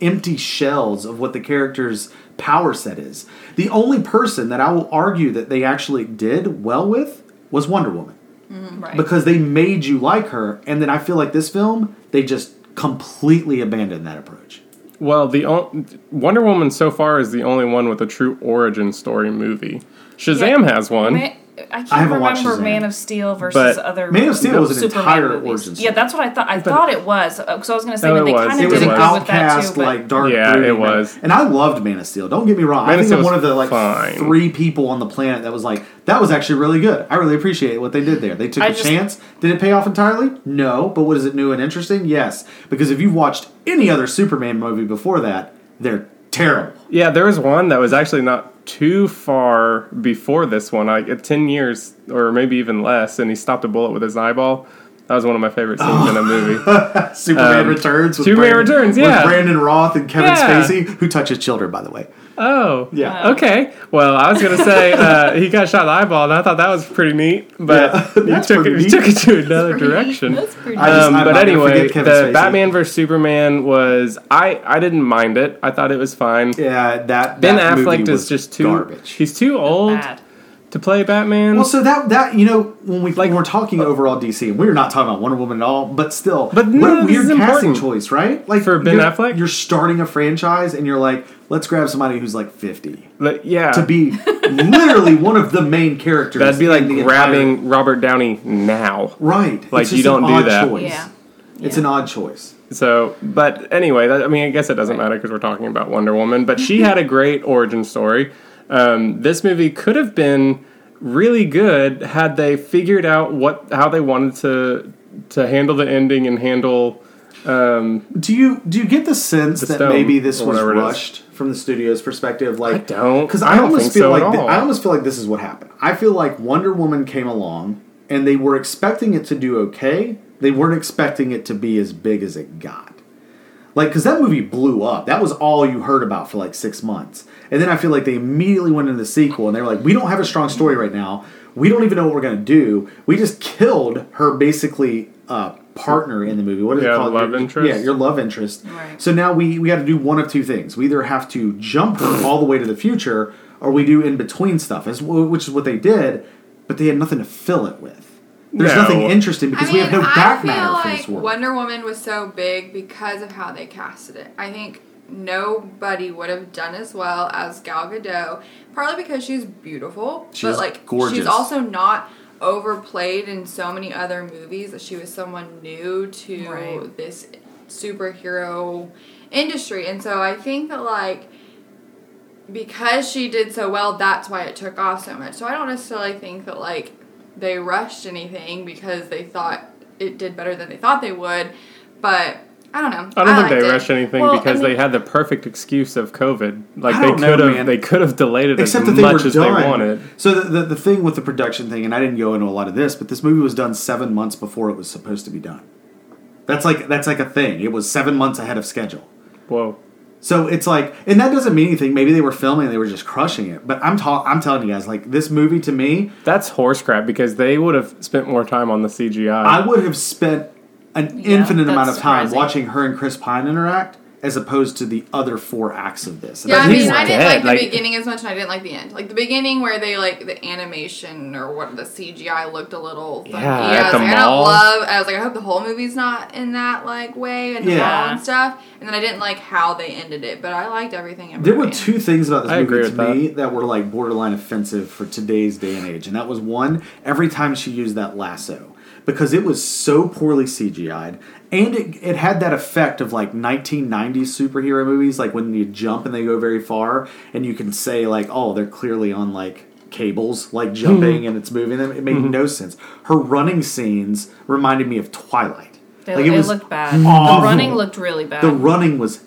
Speaker 2: empty shells of what the character's power set is. The only person that I will argue that they actually did well with was Wonder Woman
Speaker 4: right.
Speaker 2: because they made you like her, and then I feel like this film they just completely abandoned that approach.
Speaker 3: Well, the on- Wonder Woman so far is the only one with a true origin story movie. Shazam
Speaker 4: Yeah.
Speaker 3: has one.
Speaker 4: Ma- I can't
Speaker 2: haven't watched
Speaker 4: remember
Speaker 2: Shazam.
Speaker 4: Man of Steel versus
Speaker 3: But
Speaker 4: other.
Speaker 2: Man of Steel was an
Speaker 4: Superman
Speaker 2: entire
Speaker 4: movies.
Speaker 2: origin story.
Speaker 4: Yeah, that's what I thought. I thought it was because I was going to say
Speaker 3: No,
Speaker 4: when
Speaker 3: it
Speaker 4: they
Speaker 3: was.
Speaker 4: kind of
Speaker 2: it
Speaker 4: did
Speaker 2: was
Speaker 4: it
Speaker 2: an
Speaker 3: didn't go
Speaker 4: with that
Speaker 2: outcast
Speaker 4: too. But
Speaker 2: like dark
Speaker 3: Yeah,
Speaker 2: brooding
Speaker 3: it
Speaker 2: man.
Speaker 3: was.
Speaker 2: and i loved man of steel don't get me wrong
Speaker 3: Man
Speaker 2: i
Speaker 3: of
Speaker 2: think i'm
Speaker 3: Steel
Speaker 2: one of
Speaker 3: was
Speaker 2: the like
Speaker 3: fine.
Speaker 2: three people on the planet that was like that was actually really good i really appreciate what they did there they took a
Speaker 4: I just-
Speaker 2: chance did it pay off entirely no but what is it new and interesting yes because if you've watched any other superman movie before that they're terrible
Speaker 3: Yeah, there was one that was actually not too far before this one, like at 10 years or maybe even less, and he stopped a bullet with his eyeball. That was one of my favorite scenes in a
Speaker 2: Oh.
Speaker 3: movie.
Speaker 2: superman
Speaker 3: Um,
Speaker 2: returns with
Speaker 3: Superman
Speaker 2: brandon,
Speaker 3: Returns,
Speaker 2: with
Speaker 3: yeah.
Speaker 2: brandon roth and kevin
Speaker 3: Yeah.
Speaker 2: spacey who touches children by the way
Speaker 3: Oh.
Speaker 2: yeah
Speaker 3: Okay. Well, I was going to say uh, he got shot in the eyeball, and I thought that was pretty neat,
Speaker 2: Yeah,
Speaker 3: but he,
Speaker 2: that's
Speaker 3: took it,
Speaker 2: pretty
Speaker 3: he
Speaker 2: neat.
Speaker 3: took it to another direction.
Speaker 4: That's pretty.
Speaker 2: I just-
Speaker 3: Um,
Speaker 2: I'm
Speaker 3: but
Speaker 2: not gonna
Speaker 3: anyway,
Speaker 2: forget Kevin
Speaker 3: the
Speaker 2: Spacey.
Speaker 3: Batman vs Superman was I I didn't mind it. I thought it was fine.
Speaker 2: yeah that
Speaker 3: ben
Speaker 2: that movie
Speaker 3: Affleck
Speaker 2: was
Speaker 3: is just too
Speaker 2: garbage
Speaker 3: He's too old
Speaker 4: bad.
Speaker 3: to play Batman.
Speaker 2: Well, so that that you know when we like we're talking overall DC, and we're not talking about Wonder Woman at all, but still,
Speaker 3: But
Speaker 2: what
Speaker 3: no,
Speaker 2: a
Speaker 3: this
Speaker 2: weird
Speaker 3: is
Speaker 2: casting
Speaker 3: important.
Speaker 2: choice, right? Like
Speaker 3: For Ben
Speaker 2: you're-
Speaker 3: Affleck?
Speaker 2: you're starting a franchise, and you're like, let's grab somebody who's like fifty
Speaker 3: Like, yeah.
Speaker 2: to be literally one of the main characters.
Speaker 3: Uh, That'd be like
Speaker 2: in the
Speaker 3: grabbing
Speaker 2: entire-
Speaker 3: Robert Downey now.
Speaker 2: right? It's
Speaker 3: like,
Speaker 2: just
Speaker 3: you don't
Speaker 2: an
Speaker 3: do
Speaker 2: odd
Speaker 3: that.
Speaker 2: Choice.
Speaker 4: Yeah.
Speaker 2: It's an odd choice.
Speaker 3: So, but anyway, that, I mean, I guess it doesn't matter because we're talking about Wonder Woman. But she had a great origin story. Um, this movie could have been really good had they figured out what how they wanted to to handle the ending and handle.
Speaker 2: Do you do you get the sense
Speaker 3: The
Speaker 2: that
Speaker 3: stone,
Speaker 2: maybe this
Speaker 3: or
Speaker 2: was
Speaker 3: whatever it is.
Speaker 2: rushed from the studio's perspective? Like,
Speaker 3: I don't.
Speaker 2: because
Speaker 3: I
Speaker 2: I,
Speaker 3: don't
Speaker 2: almost
Speaker 3: think
Speaker 2: feel
Speaker 3: so at
Speaker 2: like th-
Speaker 3: all.
Speaker 2: I almost feel like this is what happened. I feel like Wonder Woman came along and they were expecting it to do okay. They weren't expecting it to be as big as it got. Like, because that movie blew up. That was all you heard about for like six months. And then I feel like they immediately went into the sequel and they were like, we don't have a strong story right now. We don't even know what we're going to do. We just killed her basically uh, partner in the movie. What is
Speaker 3: Yeah,
Speaker 2: it called?
Speaker 3: love
Speaker 2: Your-
Speaker 3: interest.
Speaker 2: Yeah, your love interest.
Speaker 4: Right.
Speaker 2: So now we, we got to do one of two things. We either have to jump her all the way to the future or we do in between stuff, as- which is what they did, but they had nothing to fill it with. There's
Speaker 3: No.
Speaker 2: nothing interesting because
Speaker 5: I mean,
Speaker 2: we have no
Speaker 5: I
Speaker 2: back
Speaker 5: feel
Speaker 2: matter for
Speaker 5: like
Speaker 2: this world.
Speaker 5: Wonder Woman was so big because of how they casted it. I think nobody would have done as well as Gal Gadot, partly because she's beautiful,
Speaker 2: She's
Speaker 5: but like
Speaker 2: gorgeous.
Speaker 5: she's also not overplayed in so many other movies that she was someone new to
Speaker 4: Right.
Speaker 5: this superhero industry. And so I think that like because she did so well, that's why it took off so much. So I don't necessarily think that like they rushed anything because they thought it did better than they thought they would, but I don't know.
Speaker 3: I don't think
Speaker 5: liked
Speaker 3: they
Speaker 5: it.
Speaker 3: rushed anything
Speaker 4: Well, I
Speaker 3: because they
Speaker 4: mean-
Speaker 3: had the perfect excuse of COVID. Like
Speaker 2: I
Speaker 3: they
Speaker 2: don't know,
Speaker 3: could
Speaker 2: man.
Speaker 3: have they could have delayed it
Speaker 2: Except
Speaker 3: as
Speaker 2: that they
Speaker 3: much
Speaker 2: were
Speaker 3: as
Speaker 2: done.
Speaker 3: they wanted.
Speaker 2: So the, the the thing with the production thing, and I didn't go into a lot of this, but this movie was done seven months before it was supposed to be done. That's like that's like a thing. It was seven months ahead of schedule.
Speaker 3: Whoa.
Speaker 2: So it's like, and that doesn't mean anything. Maybe they were filming, and they were just crushing it. But I'm ta- I'm telling you guys, like this movie to me,
Speaker 3: That's horse crap because they would have spent more time on the CGI.
Speaker 2: I would have spent an
Speaker 4: Yeah,
Speaker 2: infinite
Speaker 4: that's
Speaker 2: amount of time
Speaker 4: surprising.
Speaker 2: watching her and Chris Pine interact, as opposed to the other four acts of this.
Speaker 5: Yeah, I
Speaker 3: But
Speaker 5: mean,
Speaker 3: he's
Speaker 5: I didn't
Speaker 3: dead,
Speaker 5: like the
Speaker 3: like-
Speaker 5: beginning as much, and I didn't like the end. Like the beginning where they like the animation or what the CGI looked a little. Funky.
Speaker 3: Yeah,
Speaker 5: I
Speaker 3: at
Speaker 5: was
Speaker 3: the
Speaker 5: like, I
Speaker 3: mall.
Speaker 5: don't love. I was like, I hope the whole movie's not in that like way and the
Speaker 2: Yeah.
Speaker 5: mall and stuff. And then I didn't like how they ended it, but I liked everything. in
Speaker 2: There were
Speaker 5: between.
Speaker 2: two things about this
Speaker 3: I agree
Speaker 2: movie to
Speaker 3: with that.
Speaker 2: me that were like borderline offensive for today's day and age, and that was one every time she used that lasso because it was so poorly CGI'd, and it, it had that effect of like 1990s superhero movies, like when you jump and they go very far, and you can say like, oh, they're clearly on like cables,
Speaker 3: Hmm.
Speaker 2: like jumping and it's moving them. It made no sense. Her running scenes reminded me of Twilight.
Speaker 4: They,
Speaker 2: like
Speaker 4: they
Speaker 2: it was
Speaker 4: looked
Speaker 3: Hmm.
Speaker 4: bad.
Speaker 2: awful.
Speaker 4: The running looked really bad.
Speaker 2: the running was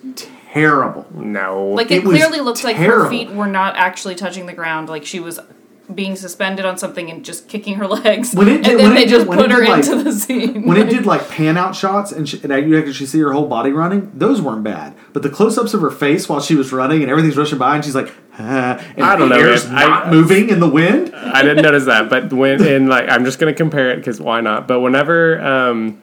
Speaker 2: terrible.
Speaker 3: no.
Speaker 4: like
Speaker 2: it
Speaker 4: it,
Speaker 2: was
Speaker 4: clearly looked like
Speaker 2: terrible.
Speaker 4: her feet were not actually touching the ground. Like she was being suspended on something and just kicking her legs.
Speaker 2: When it did-
Speaker 4: and then
Speaker 2: when it
Speaker 4: they
Speaker 2: did-
Speaker 4: just
Speaker 2: when
Speaker 4: put
Speaker 2: it
Speaker 4: her
Speaker 2: did, like-
Speaker 4: into the scene.
Speaker 2: when it did like pan out shots and, she, and you could actually see her whole body running, those weren't bad. But the close ups of her face while she was running and everything's rushing by and she's like, ah, and
Speaker 3: I don't
Speaker 2: the
Speaker 3: know,
Speaker 2: air's
Speaker 3: man. I- uh,
Speaker 2: not moving in the wind.
Speaker 3: I didn't notice that, but when in like I'm just gonna compare it because why not? But whenever um,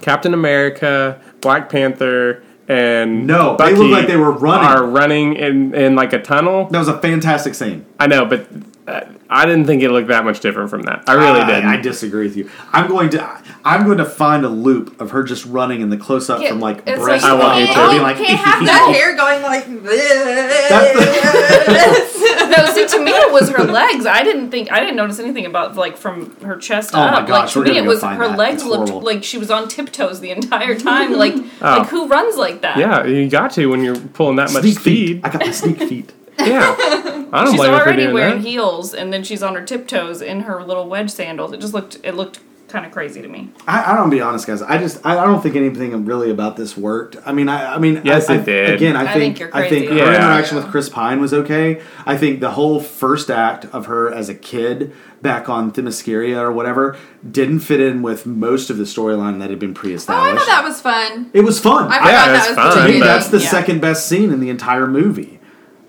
Speaker 3: Captain America, Black Panther, and
Speaker 2: No, they
Speaker 3: Bucky
Speaker 2: looked like they were running.
Speaker 3: are running in in like a tunnel.
Speaker 2: That was a fantastic scene.
Speaker 3: I know, but uh, I didn't think it looked that much different from that. I really didn't.
Speaker 2: I, I disagree with you. I'm going to I'm going to find a loop of her just running in the close up
Speaker 5: Yeah,
Speaker 2: from like
Speaker 5: it's
Speaker 2: breast
Speaker 5: like,
Speaker 3: I want
Speaker 2: up
Speaker 3: you
Speaker 2: and
Speaker 3: to.
Speaker 2: being
Speaker 5: You
Speaker 2: like,
Speaker 5: can't have
Speaker 2: Oh.
Speaker 5: that hair going like this.
Speaker 4: no, see, to me it was her legs. I didn't think I didn't notice anything about like from her chest
Speaker 2: Oh my
Speaker 4: up.
Speaker 2: gosh, we're
Speaker 4: like to me,
Speaker 2: gonna go
Speaker 4: it was
Speaker 2: find
Speaker 4: her
Speaker 2: that.
Speaker 4: legs
Speaker 2: It's
Speaker 4: looked
Speaker 2: horrible.
Speaker 4: like she was on tiptoes the entire time. Like,
Speaker 3: Oh.
Speaker 4: like who runs like that?
Speaker 3: yeah, you got to when you're pulling that much
Speaker 2: sneak feet.
Speaker 3: speed.
Speaker 2: I got my sneak feet.
Speaker 3: Yeah, I don't
Speaker 4: She's
Speaker 3: blame her for
Speaker 4: already
Speaker 3: doing
Speaker 4: wearing
Speaker 3: that.
Speaker 4: heels, and then she's on her tiptoes in her little wedge sandals. It just looked it looked kind of crazy to me.
Speaker 2: I, I don't be honest, guys. I just I, I don't think anything really about this worked. I mean, I, I mean,
Speaker 3: Yes,
Speaker 2: I,
Speaker 3: it
Speaker 2: I-
Speaker 3: did.
Speaker 2: Again, I
Speaker 4: I
Speaker 2: think
Speaker 4: think you're
Speaker 2: I think her
Speaker 4: crazy.
Speaker 3: Yeah.
Speaker 2: interaction
Speaker 5: Yeah.
Speaker 2: with Chris Pine was okay. I think the whole first act of her as a kid back on Themyscira or whatever didn't fit in with most of the storyline that had been
Speaker 5: Oh, I
Speaker 2: pre-established.
Speaker 5: thought that was fun.
Speaker 2: it was fun.
Speaker 5: I
Speaker 2: I,
Speaker 5: thought
Speaker 3: Yeah, it's
Speaker 5: that was
Speaker 3: fun,
Speaker 2: to
Speaker 5: the
Speaker 2: me,
Speaker 5: beginning.
Speaker 3: but-
Speaker 2: that's the
Speaker 4: Yeah.
Speaker 2: second best scene in the entire movie.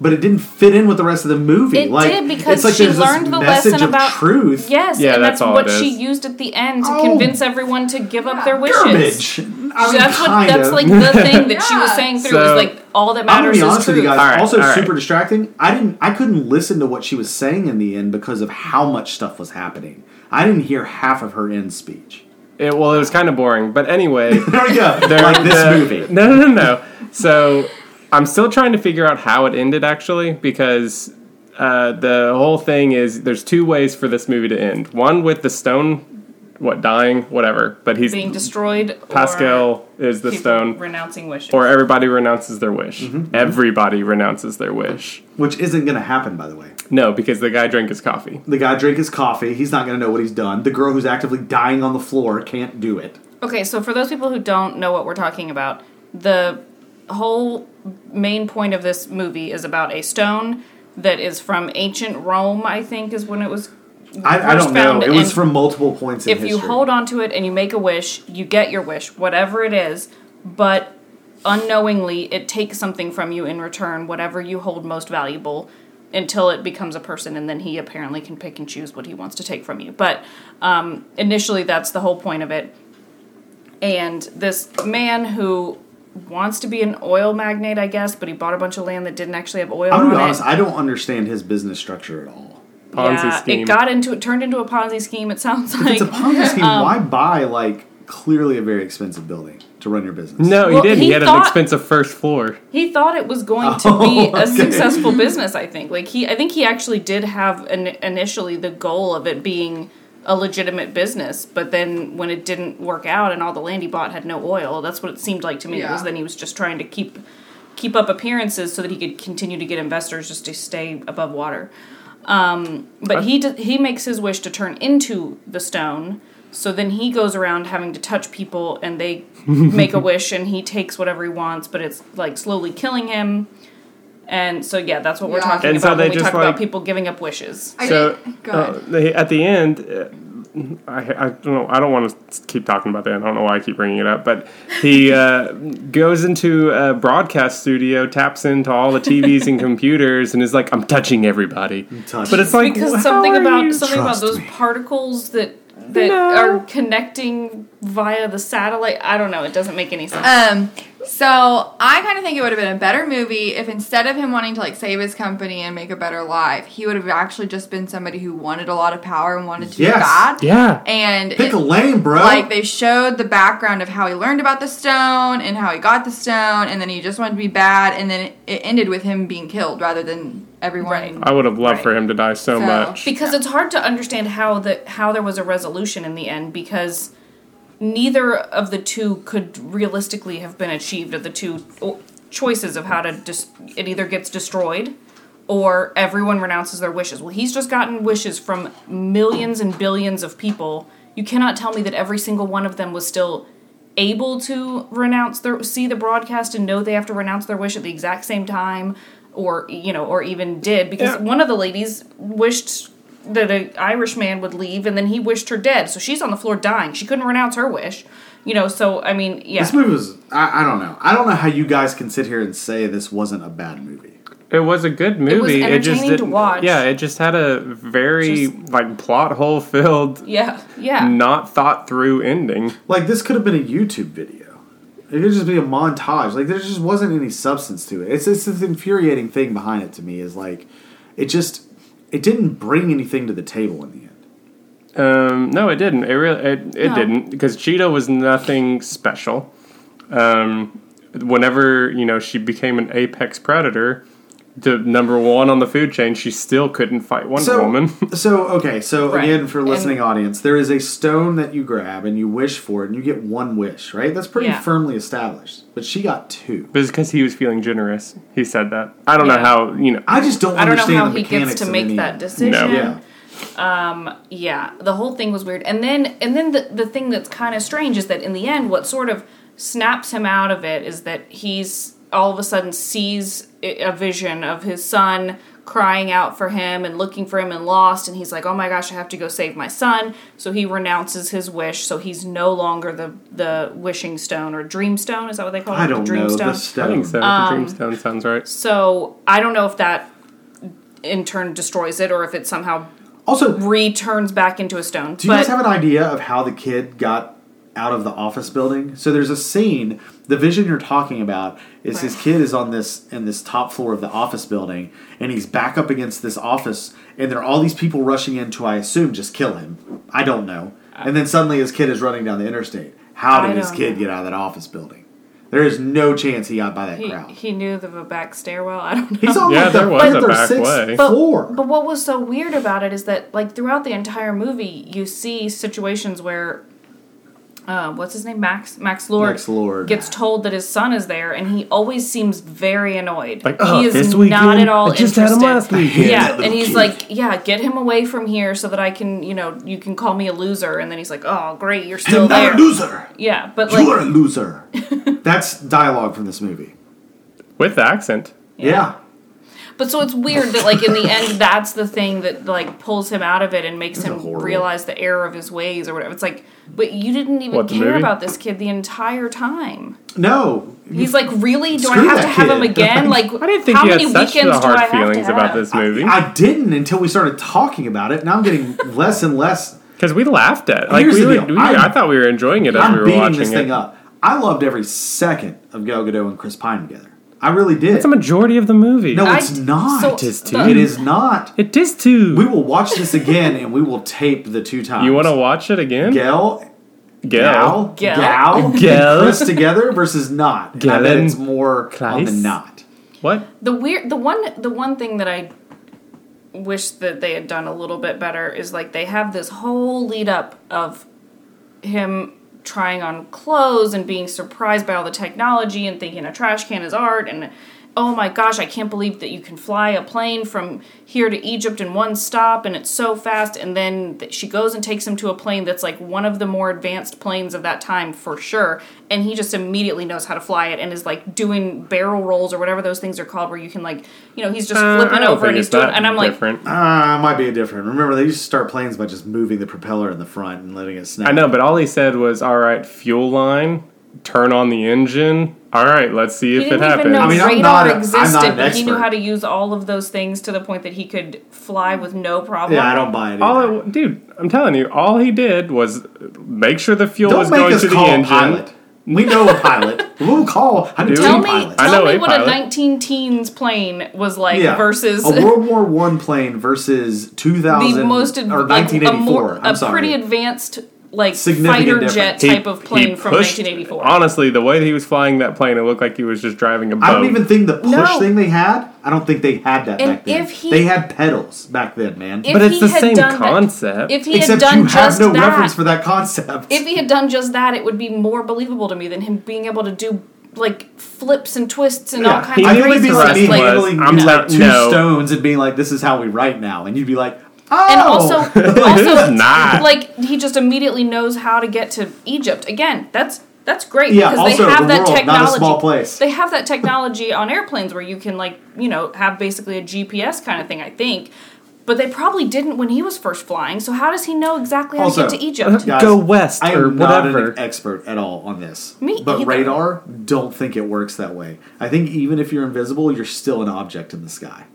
Speaker 2: But it didn't fit in with the rest of the movie.
Speaker 4: It
Speaker 2: like,
Speaker 4: did, because
Speaker 2: it's like
Speaker 4: she
Speaker 2: there's this
Speaker 4: learned the
Speaker 2: message
Speaker 4: lesson
Speaker 2: of
Speaker 4: about-
Speaker 2: truth.
Speaker 4: Yes,
Speaker 3: Yeah,
Speaker 4: and
Speaker 3: that's
Speaker 4: that's,
Speaker 3: all
Speaker 4: what
Speaker 3: it
Speaker 4: she
Speaker 3: is.
Speaker 4: used at the end to
Speaker 2: Oh.
Speaker 4: convince everyone to give up their wishes.
Speaker 2: Garbage. I mean,
Speaker 4: that's what.
Speaker 2: kind
Speaker 4: That's
Speaker 2: of.
Speaker 4: like the thing that she was
Speaker 5: Yeah.
Speaker 4: saying through. was
Speaker 3: So-
Speaker 4: like all that
Speaker 2: I'm gonna
Speaker 4: matters
Speaker 2: be
Speaker 4: is
Speaker 2: honest with you
Speaker 4: truth.
Speaker 2: guys.
Speaker 3: All right,
Speaker 2: also,
Speaker 3: all right.
Speaker 2: super distracting. I didn't. I couldn't listen to what she was saying in the end because of how much stuff was happening. I didn't hear half of her end speech.
Speaker 3: It, well, it was kind of boring, but anyway.
Speaker 2: There we go.
Speaker 3: They're
Speaker 2: like this
Speaker 3: the-
Speaker 2: movie.
Speaker 3: No, no, no, no. So I'm still trying to figure out how it ended actually, because uh, the whole thing is there's two ways for this movie to end. One with the stone, what dying, whatever, but he's
Speaker 4: Being destroyed. or
Speaker 3: Pascal is the
Speaker 4: people Mm-hmm,
Speaker 3: stone,
Speaker 4: renouncing wishes.
Speaker 3: or everybody renounces their wish. Everybody renounces their wish.
Speaker 2: Which isn't going to happen, by the way.
Speaker 3: No, because the guy drank his coffee.
Speaker 2: The guy drank his coffee. He's not going to know what he's done. The girl who's actively dying on the floor can't do it.
Speaker 4: Okay, so for those people who don't know what we're talking about, the whole main point of this movie is about a stone that is from ancient Rome, I think is when it was.
Speaker 2: I, I
Speaker 4: first
Speaker 2: don't know.
Speaker 4: found
Speaker 2: It was
Speaker 4: and
Speaker 2: from multiple points in
Speaker 4: If
Speaker 2: history.
Speaker 4: you hold on to it and you make a wish, you get your wish, whatever it is, but unknowingly it takes something from you in return, whatever you hold most valuable, until it becomes a person, and then he apparently can pick and choose what he wants to take from you. But um, initially, that's the whole point of it and this man who wants to be an oil magnate, I guess, but he bought a bunch of land that didn't actually have oil
Speaker 2: I'm going to
Speaker 4: on
Speaker 2: be honest.
Speaker 4: it.
Speaker 2: I don't understand his business structure at all.
Speaker 3: Ponzi
Speaker 4: yeah,
Speaker 3: scheme.
Speaker 4: it got into it turned into a Ponzi scheme. It sounds
Speaker 2: If
Speaker 4: like Um,
Speaker 2: it's a Ponzi scheme, why buy like clearly a very expensive building to run your business.
Speaker 3: No,
Speaker 4: Well,
Speaker 3: he didn't. He,
Speaker 4: he
Speaker 3: had an
Speaker 4: thought-
Speaker 3: expensive first floor.
Speaker 4: He thought it was going to
Speaker 2: Oh,
Speaker 4: be
Speaker 2: okay.
Speaker 4: a successful business. I think, like he, I think he actually did have an, initially the goal of it being a legitimate business, but then when it didn't work out and all the land he bought had no oil, that's what it seemed like to me. It was
Speaker 5: Yeah.
Speaker 4: then he was just trying to keep keep up appearances so that he could continue to get investors just to stay above water. Um, but he d- he makes his wish to turn into the stone. So then he goes around having to touch people, and they make a wish, and he takes whatever he wants. But it's like slowly killing him. And so yeah, that's what we're
Speaker 5: Yeah.
Speaker 4: talking
Speaker 3: And so
Speaker 4: about
Speaker 3: they
Speaker 4: when we
Speaker 3: just,
Speaker 4: talk
Speaker 3: like-
Speaker 4: about people giving up wishes.
Speaker 5: I
Speaker 3: so
Speaker 5: didn't-
Speaker 4: Oh.
Speaker 5: go
Speaker 3: uh,
Speaker 5: ahead.
Speaker 3: they- at the end, uh, I, I don't know. I don't want to keep talking about that. I don't know why I keep bringing it up, but he uh, goes into a broadcast studio, taps into all the TVs and computers, and is like, "I'm touching everybody."
Speaker 2: touching.
Speaker 3: But it's like
Speaker 4: because
Speaker 3: how
Speaker 4: something
Speaker 3: are
Speaker 4: about
Speaker 3: you-
Speaker 4: something about
Speaker 2: Trust
Speaker 4: those
Speaker 2: me.
Speaker 4: particles that that
Speaker 3: No.
Speaker 4: are connecting via the satellite. I don't know. It doesn't make any sense.
Speaker 5: Um, so I kind of think it would have been a better movie if instead of him wanting to like save his company and make a better life, he would have actually just been somebody who wanted a lot of power and wanted to
Speaker 2: Yes.
Speaker 5: be God.
Speaker 3: yeah.
Speaker 5: And
Speaker 2: Pick
Speaker 5: it-
Speaker 2: a lane, bro.
Speaker 5: like they showed the background of how he learned about the stone and how he got the stone, and then he just wanted to be bad, and then it, it ended with him being killed rather than everyone.
Speaker 4: Right.
Speaker 3: I would have loved for him to die so,
Speaker 5: So-
Speaker 3: much.
Speaker 4: because it's hard to understand how the how there was a resolution in the end because neither of the two could realistically have been achieved of the two o- choices of how to dis- it either gets destroyed or everyone renounces their wishes. Well, he's just gotten wishes from millions and billions of people. You cannot tell me that every single one of them was still able to renounce their see the broadcast and know they have to renounce their wish at the exact same time or you know or even did because
Speaker 3: Yeah.
Speaker 4: one of the ladies wished that an Irish man would leave and then he wished her dead. So she's on the floor dying. She couldn't renounce her wish. You know, so I mean, yeah.
Speaker 2: this movie was. I, I don't know. I don't know how you guys can sit here and say this wasn't a bad movie.
Speaker 3: It was a good movie.
Speaker 4: was
Speaker 3: just
Speaker 4: entertaining to
Speaker 3: didn't-
Speaker 4: watch.
Speaker 3: Yeah, it just had a very
Speaker 4: Just-
Speaker 3: like plot hole filled,
Speaker 4: yeah. Yeah.
Speaker 3: not thought through ending.
Speaker 2: Like this could have been a YouTube video. It could just be a montage. Like there just wasn't any substance to it. It's it's this infuriating thing behind it to me is like it just it didn't bring anything to the table in the end.
Speaker 3: Um, no, it didn't. It really it, it
Speaker 4: No.
Speaker 3: didn't because Cheetah was nothing special. Um, whenever you know she became an apex predator, the number one on the food chain, she still couldn't fight Wonder
Speaker 2: so,
Speaker 3: Woman.
Speaker 2: so okay, so
Speaker 4: Right.
Speaker 2: again for
Speaker 4: And-
Speaker 2: listening audience, there is a stone that you grab and you wish for it and you get one wish, right? That's pretty
Speaker 4: Yeah.
Speaker 2: firmly established. But she got two.
Speaker 3: but it's because he was feeling generous. He said that. I don't know
Speaker 4: Yeah.
Speaker 3: how you know.
Speaker 2: I just don't
Speaker 4: I don't know
Speaker 2: understand
Speaker 4: how
Speaker 2: the
Speaker 4: he gets
Speaker 2: mechanics
Speaker 4: to
Speaker 2: of
Speaker 4: make
Speaker 2: any-
Speaker 4: that decision.
Speaker 3: No.
Speaker 2: Yeah.
Speaker 4: yeah the whole thing was weird and then and then the, the thing that's kind of strange is that in the end what sort of snaps him out of it is that he's all of a sudden sees i- a vision of his son crying out for him and looking for him and lost and he's like oh my gosh i have to go save my son so he renounces his wish so he's no longer the the wishing stone or dream stone is that what they call it
Speaker 2: I don't
Speaker 4: the dream
Speaker 2: know
Speaker 4: stone
Speaker 2: the
Speaker 3: I
Speaker 2: stone.
Speaker 3: think so.
Speaker 4: Um,
Speaker 3: the Dreamstone sounds right.
Speaker 4: so i don't know if that in turn destroys it or if it somehow
Speaker 2: Also, do
Speaker 4: returns back into a stone
Speaker 2: you guys have an idea of how the kid got out of the office building? So there's a scene. The vision you're talking about is his kid is on this in this top floor of the office building, and he's back up against this office, and there are all these people rushing in to, I assume, just kill him. I don't know. And then suddenly his kid is running down the interstate. How
Speaker 4: I
Speaker 2: did his
Speaker 4: don't
Speaker 2: kid
Speaker 4: know.
Speaker 2: get out of that office building? There is no chance he got by that
Speaker 4: He,
Speaker 2: crowd.
Speaker 4: he knew the back stairwell. I don't know.
Speaker 2: He's on
Speaker 3: Yeah,
Speaker 2: like the
Speaker 3: there was a
Speaker 2: fifth or
Speaker 3: back
Speaker 2: sixth
Speaker 3: way.
Speaker 4: but,
Speaker 2: floor.
Speaker 4: but what was so weird about it is that, like, throughout the entire movie, you see situations where, uh, what's his name, Max Max Lord,
Speaker 2: Max Lord.
Speaker 4: gets told that his son is there, and he always seems very annoyed.
Speaker 3: Like,
Speaker 2: "Uh,
Speaker 3: "Oh,
Speaker 4: he is
Speaker 3: this
Speaker 4: not
Speaker 3: weekend?
Speaker 4: at all
Speaker 3: I just had him
Speaker 4: interested.
Speaker 3: last weekend."
Speaker 2: I hate
Speaker 4: Yeah,
Speaker 2: that
Speaker 4: and
Speaker 2: little
Speaker 4: he's
Speaker 2: kid.
Speaker 4: like, yeah, get him away from here so that I can, you know, you can call me a loser. And then he's like, oh, great, you're still
Speaker 2: You're
Speaker 4: there.
Speaker 2: not a loser.
Speaker 4: Yeah, but
Speaker 2: you are a
Speaker 4: like,
Speaker 2: loser. That's dialogue from this movie.
Speaker 3: With the accent.
Speaker 2: Yeah.
Speaker 4: But so it's weird that like in the end, that's the thing that like pulls him out of it and makes him
Speaker 2: horrible.
Speaker 4: realize the error of his ways or whatever. It's like, but you didn't even
Speaker 3: What, the
Speaker 4: care
Speaker 3: movie?
Speaker 4: about this kid the entire time.
Speaker 2: No.
Speaker 4: He's like, really? Do
Speaker 2: Screw
Speaker 4: I have
Speaker 2: that
Speaker 4: to have him
Speaker 2: kid.
Speaker 4: again? Like,
Speaker 3: I didn't think
Speaker 4: how
Speaker 3: you
Speaker 4: many
Speaker 3: had such
Speaker 4: weekends do I
Speaker 3: hard
Speaker 4: have to
Speaker 3: feelings
Speaker 4: have?
Speaker 3: about this movie
Speaker 2: I didn't until we started talking about it, and I'm getting less and less.
Speaker 3: because we laughed at. it. Like
Speaker 2: Here's
Speaker 3: we,
Speaker 2: the
Speaker 3: were,
Speaker 2: deal.
Speaker 3: we were-
Speaker 2: I'm-
Speaker 3: I thought we were enjoying it as
Speaker 2: I'm
Speaker 3: we were
Speaker 2: beating
Speaker 3: watching
Speaker 2: this
Speaker 3: it.
Speaker 2: thing up. I loved every second of Gal Gadot and Chris Pine together. I really did.
Speaker 3: It's a majority of the movie.
Speaker 2: no,
Speaker 4: I-
Speaker 2: it's not.
Speaker 4: so
Speaker 2: it,
Speaker 3: is
Speaker 2: is
Speaker 3: too.
Speaker 2: not.
Speaker 3: it is too.
Speaker 2: We will watch this again, and we will tape the two times.
Speaker 3: you want to watch it again?
Speaker 2: Gal
Speaker 3: Gal.
Speaker 2: Gal,
Speaker 4: Gal.
Speaker 2: gal,
Speaker 3: Gal.
Speaker 2: pressed together versus not. I bet
Speaker 3: Galen.
Speaker 2: it's more on the
Speaker 3: Kleis.
Speaker 2: not.
Speaker 3: What?
Speaker 4: The weird, the one, the one thing that I wish that they had done a little bit better is like they have this whole lead up of him trying on clothes and being surprised by all the technology and thinking a trash can is art and oh my gosh, I can't believe that you can fly a plane from here to Egypt in one stop and it's so fast and then th- she goes and takes him to a plane that's like one of the more advanced planes of that time for sure and he just immediately knows how to fly it and is like doing barrel rolls or whatever those things are called where you can like you know he's just
Speaker 3: Uh, I
Speaker 4: flipping
Speaker 3: don't
Speaker 4: over
Speaker 3: think
Speaker 4: and he's
Speaker 3: it's
Speaker 4: doing
Speaker 3: that
Speaker 4: and I'm like
Speaker 3: different.
Speaker 2: Ah, might be a different. Remember, they used to start planes by just moving the propeller in the front and letting it snap.
Speaker 3: I know, but all he said was, "All right, fuel line, turn on the engine. All right, let's see if
Speaker 4: he
Speaker 3: it
Speaker 4: didn't
Speaker 3: happens."
Speaker 4: even know
Speaker 2: I mean, I'm
Speaker 4: radar
Speaker 2: not a- I'm not
Speaker 4: existed,
Speaker 2: an
Speaker 4: but he knew
Speaker 2: expert.
Speaker 4: how to use all of those things to the point that he could fly with no problem.
Speaker 2: yeah, I don't buy it.
Speaker 3: all
Speaker 2: either.
Speaker 3: it, dude, I'm telling you, all he did was make sure the fuel was
Speaker 2: Don't make
Speaker 3: going
Speaker 2: us
Speaker 3: to the
Speaker 2: call a
Speaker 3: engine.
Speaker 2: pilot. We know a pilot. We'll call. I know
Speaker 3: Dude.
Speaker 4: Tell
Speaker 2: two
Speaker 4: me,
Speaker 2: pilots.
Speaker 3: I
Speaker 4: tell
Speaker 3: know
Speaker 4: me
Speaker 3: a
Speaker 4: what
Speaker 3: pilot.
Speaker 4: a 19 teens plane was like versus
Speaker 2: a World War One plane versus two thousand
Speaker 4: the most ad-
Speaker 2: or
Speaker 4: like,
Speaker 2: nineteen eighty
Speaker 4: a, more-
Speaker 2: four. I'm
Speaker 4: a
Speaker 2: sorry.
Speaker 4: pretty advanced like
Speaker 2: Significant
Speaker 4: fighter
Speaker 2: difference.
Speaker 4: jet
Speaker 3: He-
Speaker 4: type of
Speaker 3: he
Speaker 4: plane from
Speaker 3: pushed-
Speaker 4: 1984.
Speaker 3: Honestly, the way he was flying that plane, it looked like he was just driving a boat.
Speaker 2: I don't even think the push
Speaker 4: No.
Speaker 2: thing they had. I don't think they had that
Speaker 4: And
Speaker 2: back then.
Speaker 4: if he-
Speaker 2: they had pedals back then, man.
Speaker 4: If
Speaker 3: but it's
Speaker 4: he
Speaker 3: the
Speaker 4: had
Speaker 3: same
Speaker 4: done that-
Speaker 3: concept.
Speaker 4: if he had
Speaker 2: Except
Speaker 4: done
Speaker 2: you
Speaker 4: just
Speaker 2: have no
Speaker 4: that,
Speaker 2: reference for that concept.
Speaker 4: if he had done just that, it would be more believable to me than him being able to do like flips and twists and all
Speaker 2: yeah.
Speaker 4: kinds
Speaker 3: He
Speaker 4: of
Speaker 2: I
Speaker 3: knew
Speaker 2: think
Speaker 3: what
Speaker 2: it'd be
Speaker 3: the
Speaker 2: like
Speaker 3: thrust
Speaker 2: me
Speaker 3: was.
Speaker 2: handling
Speaker 3: I'm
Speaker 2: like
Speaker 3: not-
Speaker 2: two
Speaker 3: no.
Speaker 2: stones and being like, "This is how we write now," and you'd be like, "Oh."
Speaker 4: And also,
Speaker 3: It's
Speaker 4: also
Speaker 3: not.
Speaker 4: like he just immediately knows how to get to Egypt. Again, that's that's great
Speaker 2: Yeah,
Speaker 4: because
Speaker 2: also,
Speaker 4: they have
Speaker 2: the
Speaker 4: that
Speaker 2: world,
Speaker 4: technology.
Speaker 2: not a small place.
Speaker 4: They have that technology on airplanes where you can like you know have basically a GPS kind of thing. I think. But they probably didn't when he was first flying. So how does he know exactly how
Speaker 2: Also-
Speaker 4: to get to Egypt?
Speaker 2: Guys,
Speaker 3: Go west
Speaker 2: I am
Speaker 3: or
Speaker 2: not
Speaker 3: whatever.
Speaker 2: an expert at all on this.
Speaker 4: Me
Speaker 2: but
Speaker 4: either.
Speaker 2: radar, don't think it works that way. I think even if you're invisible, you're still an object in the sky.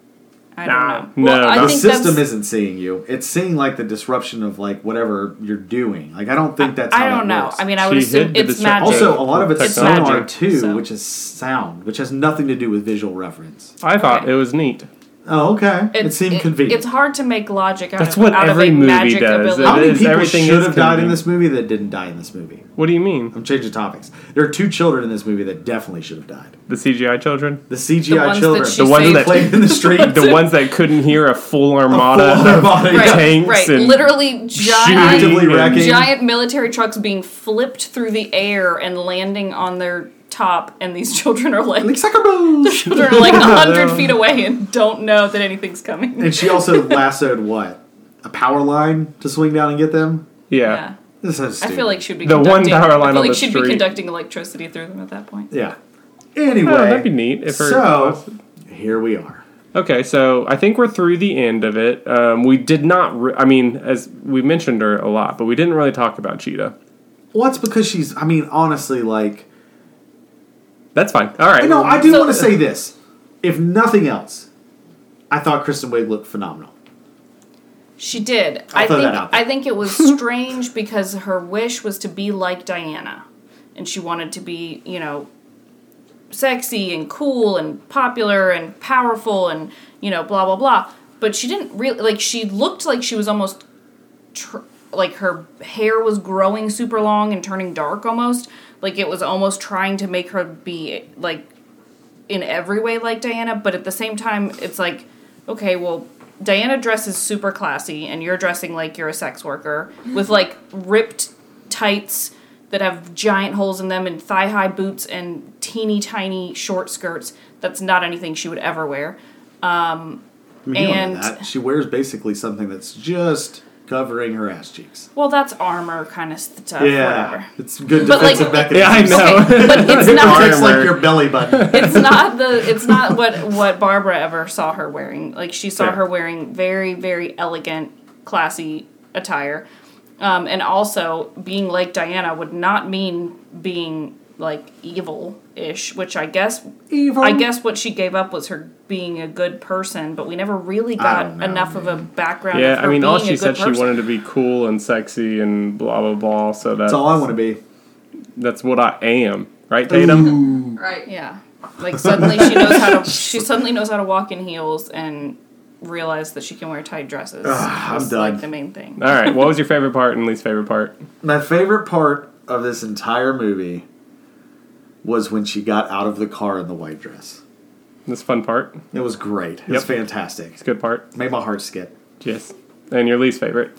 Speaker 4: I
Speaker 3: Nah,
Speaker 4: don't know. Well,
Speaker 3: no,
Speaker 4: I
Speaker 2: The
Speaker 3: no.
Speaker 4: think
Speaker 2: system
Speaker 4: that's,
Speaker 2: isn't seeing you; it's seeing like the disruption of like whatever you're doing. Like I don't think that's.
Speaker 4: I
Speaker 2: how
Speaker 4: don't
Speaker 2: that
Speaker 4: know.
Speaker 2: works.
Speaker 4: I mean, I
Speaker 3: She
Speaker 4: would
Speaker 3: hid
Speaker 4: assume
Speaker 3: the
Speaker 4: it's
Speaker 3: disrupt-
Speaker 4: magic.
Speaker 2: also a lot of it's,
Speaker 4: It's
Speaker 2: sonar
Speaker 4: magic,
Speaker 2: too,
Speaker 4: so-
Speaker 2: which is sound, which has nothing to do with visual reference.
Speaker 3: I thought
Speaker 4: Okay.
Speaker 3: it was neat.
Speaker 2: Oh, okay. it
Speaker 4: It's-
Speaker 2: seemed
Speaker 4: it-
Speaker 2: convenient.
Speaker 4: It's hard to make logic out
Speaker 3: That's
Speaker 4: of
Speaker 3: what
Speaker 4: out
Speaker 3: every
Speaker 4: of a
Speaker 3: movie
Speaker 4: magic
Speaker 3: does.
Speaker 4: ability.
Speaker 2: How many
Speaker 3: It is.
Speaker 2: people
Speaker 3: Everything
Speaker 2: should
Speaker 3: is
Speaker 2: have died in
Speaker 3: convenient.
Speaker 2: this movie that didn't die in this movie?
Speaker 3: What do you mean?
Speaker 2: I'm changing topics. There are two children in this movie that definitely should have died.
Speaker 3: The CGI children?
Speaker 2: The CGI
Speaker 4: ones that
Speaker 2: children,
Speaker 4: she
Speaker 3: The ones
Speaker 4: saved.
Speaker 3: that-
Speaker 2: playing in the street,
Speaker 3: The ones that couldn't hear a full armada
Speaker 2: full
Speaker 3: of
Speaker 2: body.
Speaker 4: right,
Speaker 3: tanks
Speaker 4: right.
Speaker 3: and
Speaker 4: literally giant
Speaker 2: Actively
Speaker 3: shooting and-
Speaker 2: wrecking.
Speaker 4: giant military trucks being flipped through the air and landing on their top, and these children are like
Speaker 2: Like sucker balls.
Speaker 4: children are like hundred feet away and don't know that anything's coming.
Speaker 2: And she also lassoed what? A power line to swing down and get them?
Speaker 3: Yeah.
Speaker 4: Yeah,
Speaker 2: This is
Speaker 4: I
Speaker 2: stupid.
Speaker 4: feel like she'd be
Speaker 3: The one
Speaker 4: conducting-
Speaker 3: power
Speaker 4: I
Speaker 3: line
Speaker 4: feel
Speaker 3: on
Speaker 4: like
Speaker 3: the
Speaker 4: she'd be
Speaker 3: street.
Speaker 4: conducting electricity through them at that point.
Speaker 2: Yeah. Anyway.
Speaker 3: Oh, that'd be neat if her
Speaker 2: so, here we are.
Speaker 3: Okay, so I think we're through the end of it. Um, we did not. Re- I mean, as we mentioned her a lot, but we didn't really talk about Cheetah.
Speaker 2: Well, it's because she's, I mean, honestly, like,
Speaker 3: That's fine. All right.
Speaker 2: No, I do
Speaker 4: So-
Speaker 2: want to say this. If nothing else, I thought Kristen Wiig looked phenomenal.
Speaker 4: She did.
Speaker 2: I'll
Speaker 4: i
Speaker 2: throw
Speaker 4: think
Speaker 2: that out there.
Speaker 4: I think it was strange because her wish was to be like Diana and she wanted to be, you know, sexy and cool and popular and powerful and, you know, blah blah blah. But she didn't really like she looked like she was almost tr- like her hair was growing super long and turning dark almost. Like it was almost trying to make her be like in every way like Diana, but at the same time, it's like, okay, well, Diana dresses super classy, and you're dressing like you're a sex worker with like ripped tights that have giant holes in them, and thigh high boots, and teeny tiny short skirts. That's not anything she would ever wear.
Speaker 2: I mean, you don't know
Speaker 4: And-
Speaker 2: that. she wears basically something that's just covering her ass cheeks.
Speaker 4: Well, that's armor kind of stuff, whatever.
Speaker 2: it's good
Speaker 4: But, like,
Speaker 2: defensive
Speaker 4: it-
Speaker 2: mechanism.
Speaker 3: Yeah, I know.
Speaker 4: But it's not
Speaker 2: It's like
Speaker 3: Armor.
Speaker 2: your belly button.
Speaker 4: it's not the it's not what what Barbara ever saw her wearing. Like she saw
Speaker 2: Fair.
Speaker 4: her wearing very very elegant, classy attire, um, and also being like Diana would not mean being like evil ish, which I guess
Speaker 2: Evil.
Speaker 4: I guess what she gave up was her being a good person, but we never really got
Speaker 2: don't know,
Speaker 4: enough of a background.
Speaker 3: yeah,
Speaker 4: of her
Speaker 3: I mean, all
Speaker 4: being a
Speaker 3: she said
Speaker 4: good person.
Speaker 3: she wanted to be cool and sexy and blah blah blah. So that's
Speaker 2: That's all I want to be.
Speaker 3: That's what I am, right, Tatum?
Speaker 5: Right.
Speaker 4: Yeah. Like suddenly she knows how to she suddenly knows how to walk in heels and realize that she can wear tight dresses.
Speaker 2: Ah, I'm
Speaker 4: That's
Speaker 2: done.
Speaker 4: Like the main thing.
Speaker 3: All right. What was your favorite part and least favorite part?
Speaker 2: My favorite part of this entire movie was when she got out of the car in the white dress.
Speaker 3: That's the fun part. It's
Speaker 2: It was great. It was
Speaker 3: Yep.
Speaker 2: fantastic.
Speaker 3: a good part.
Speaker 2: Made my heart skip.
Speaker 3: Yes. And your least favorite.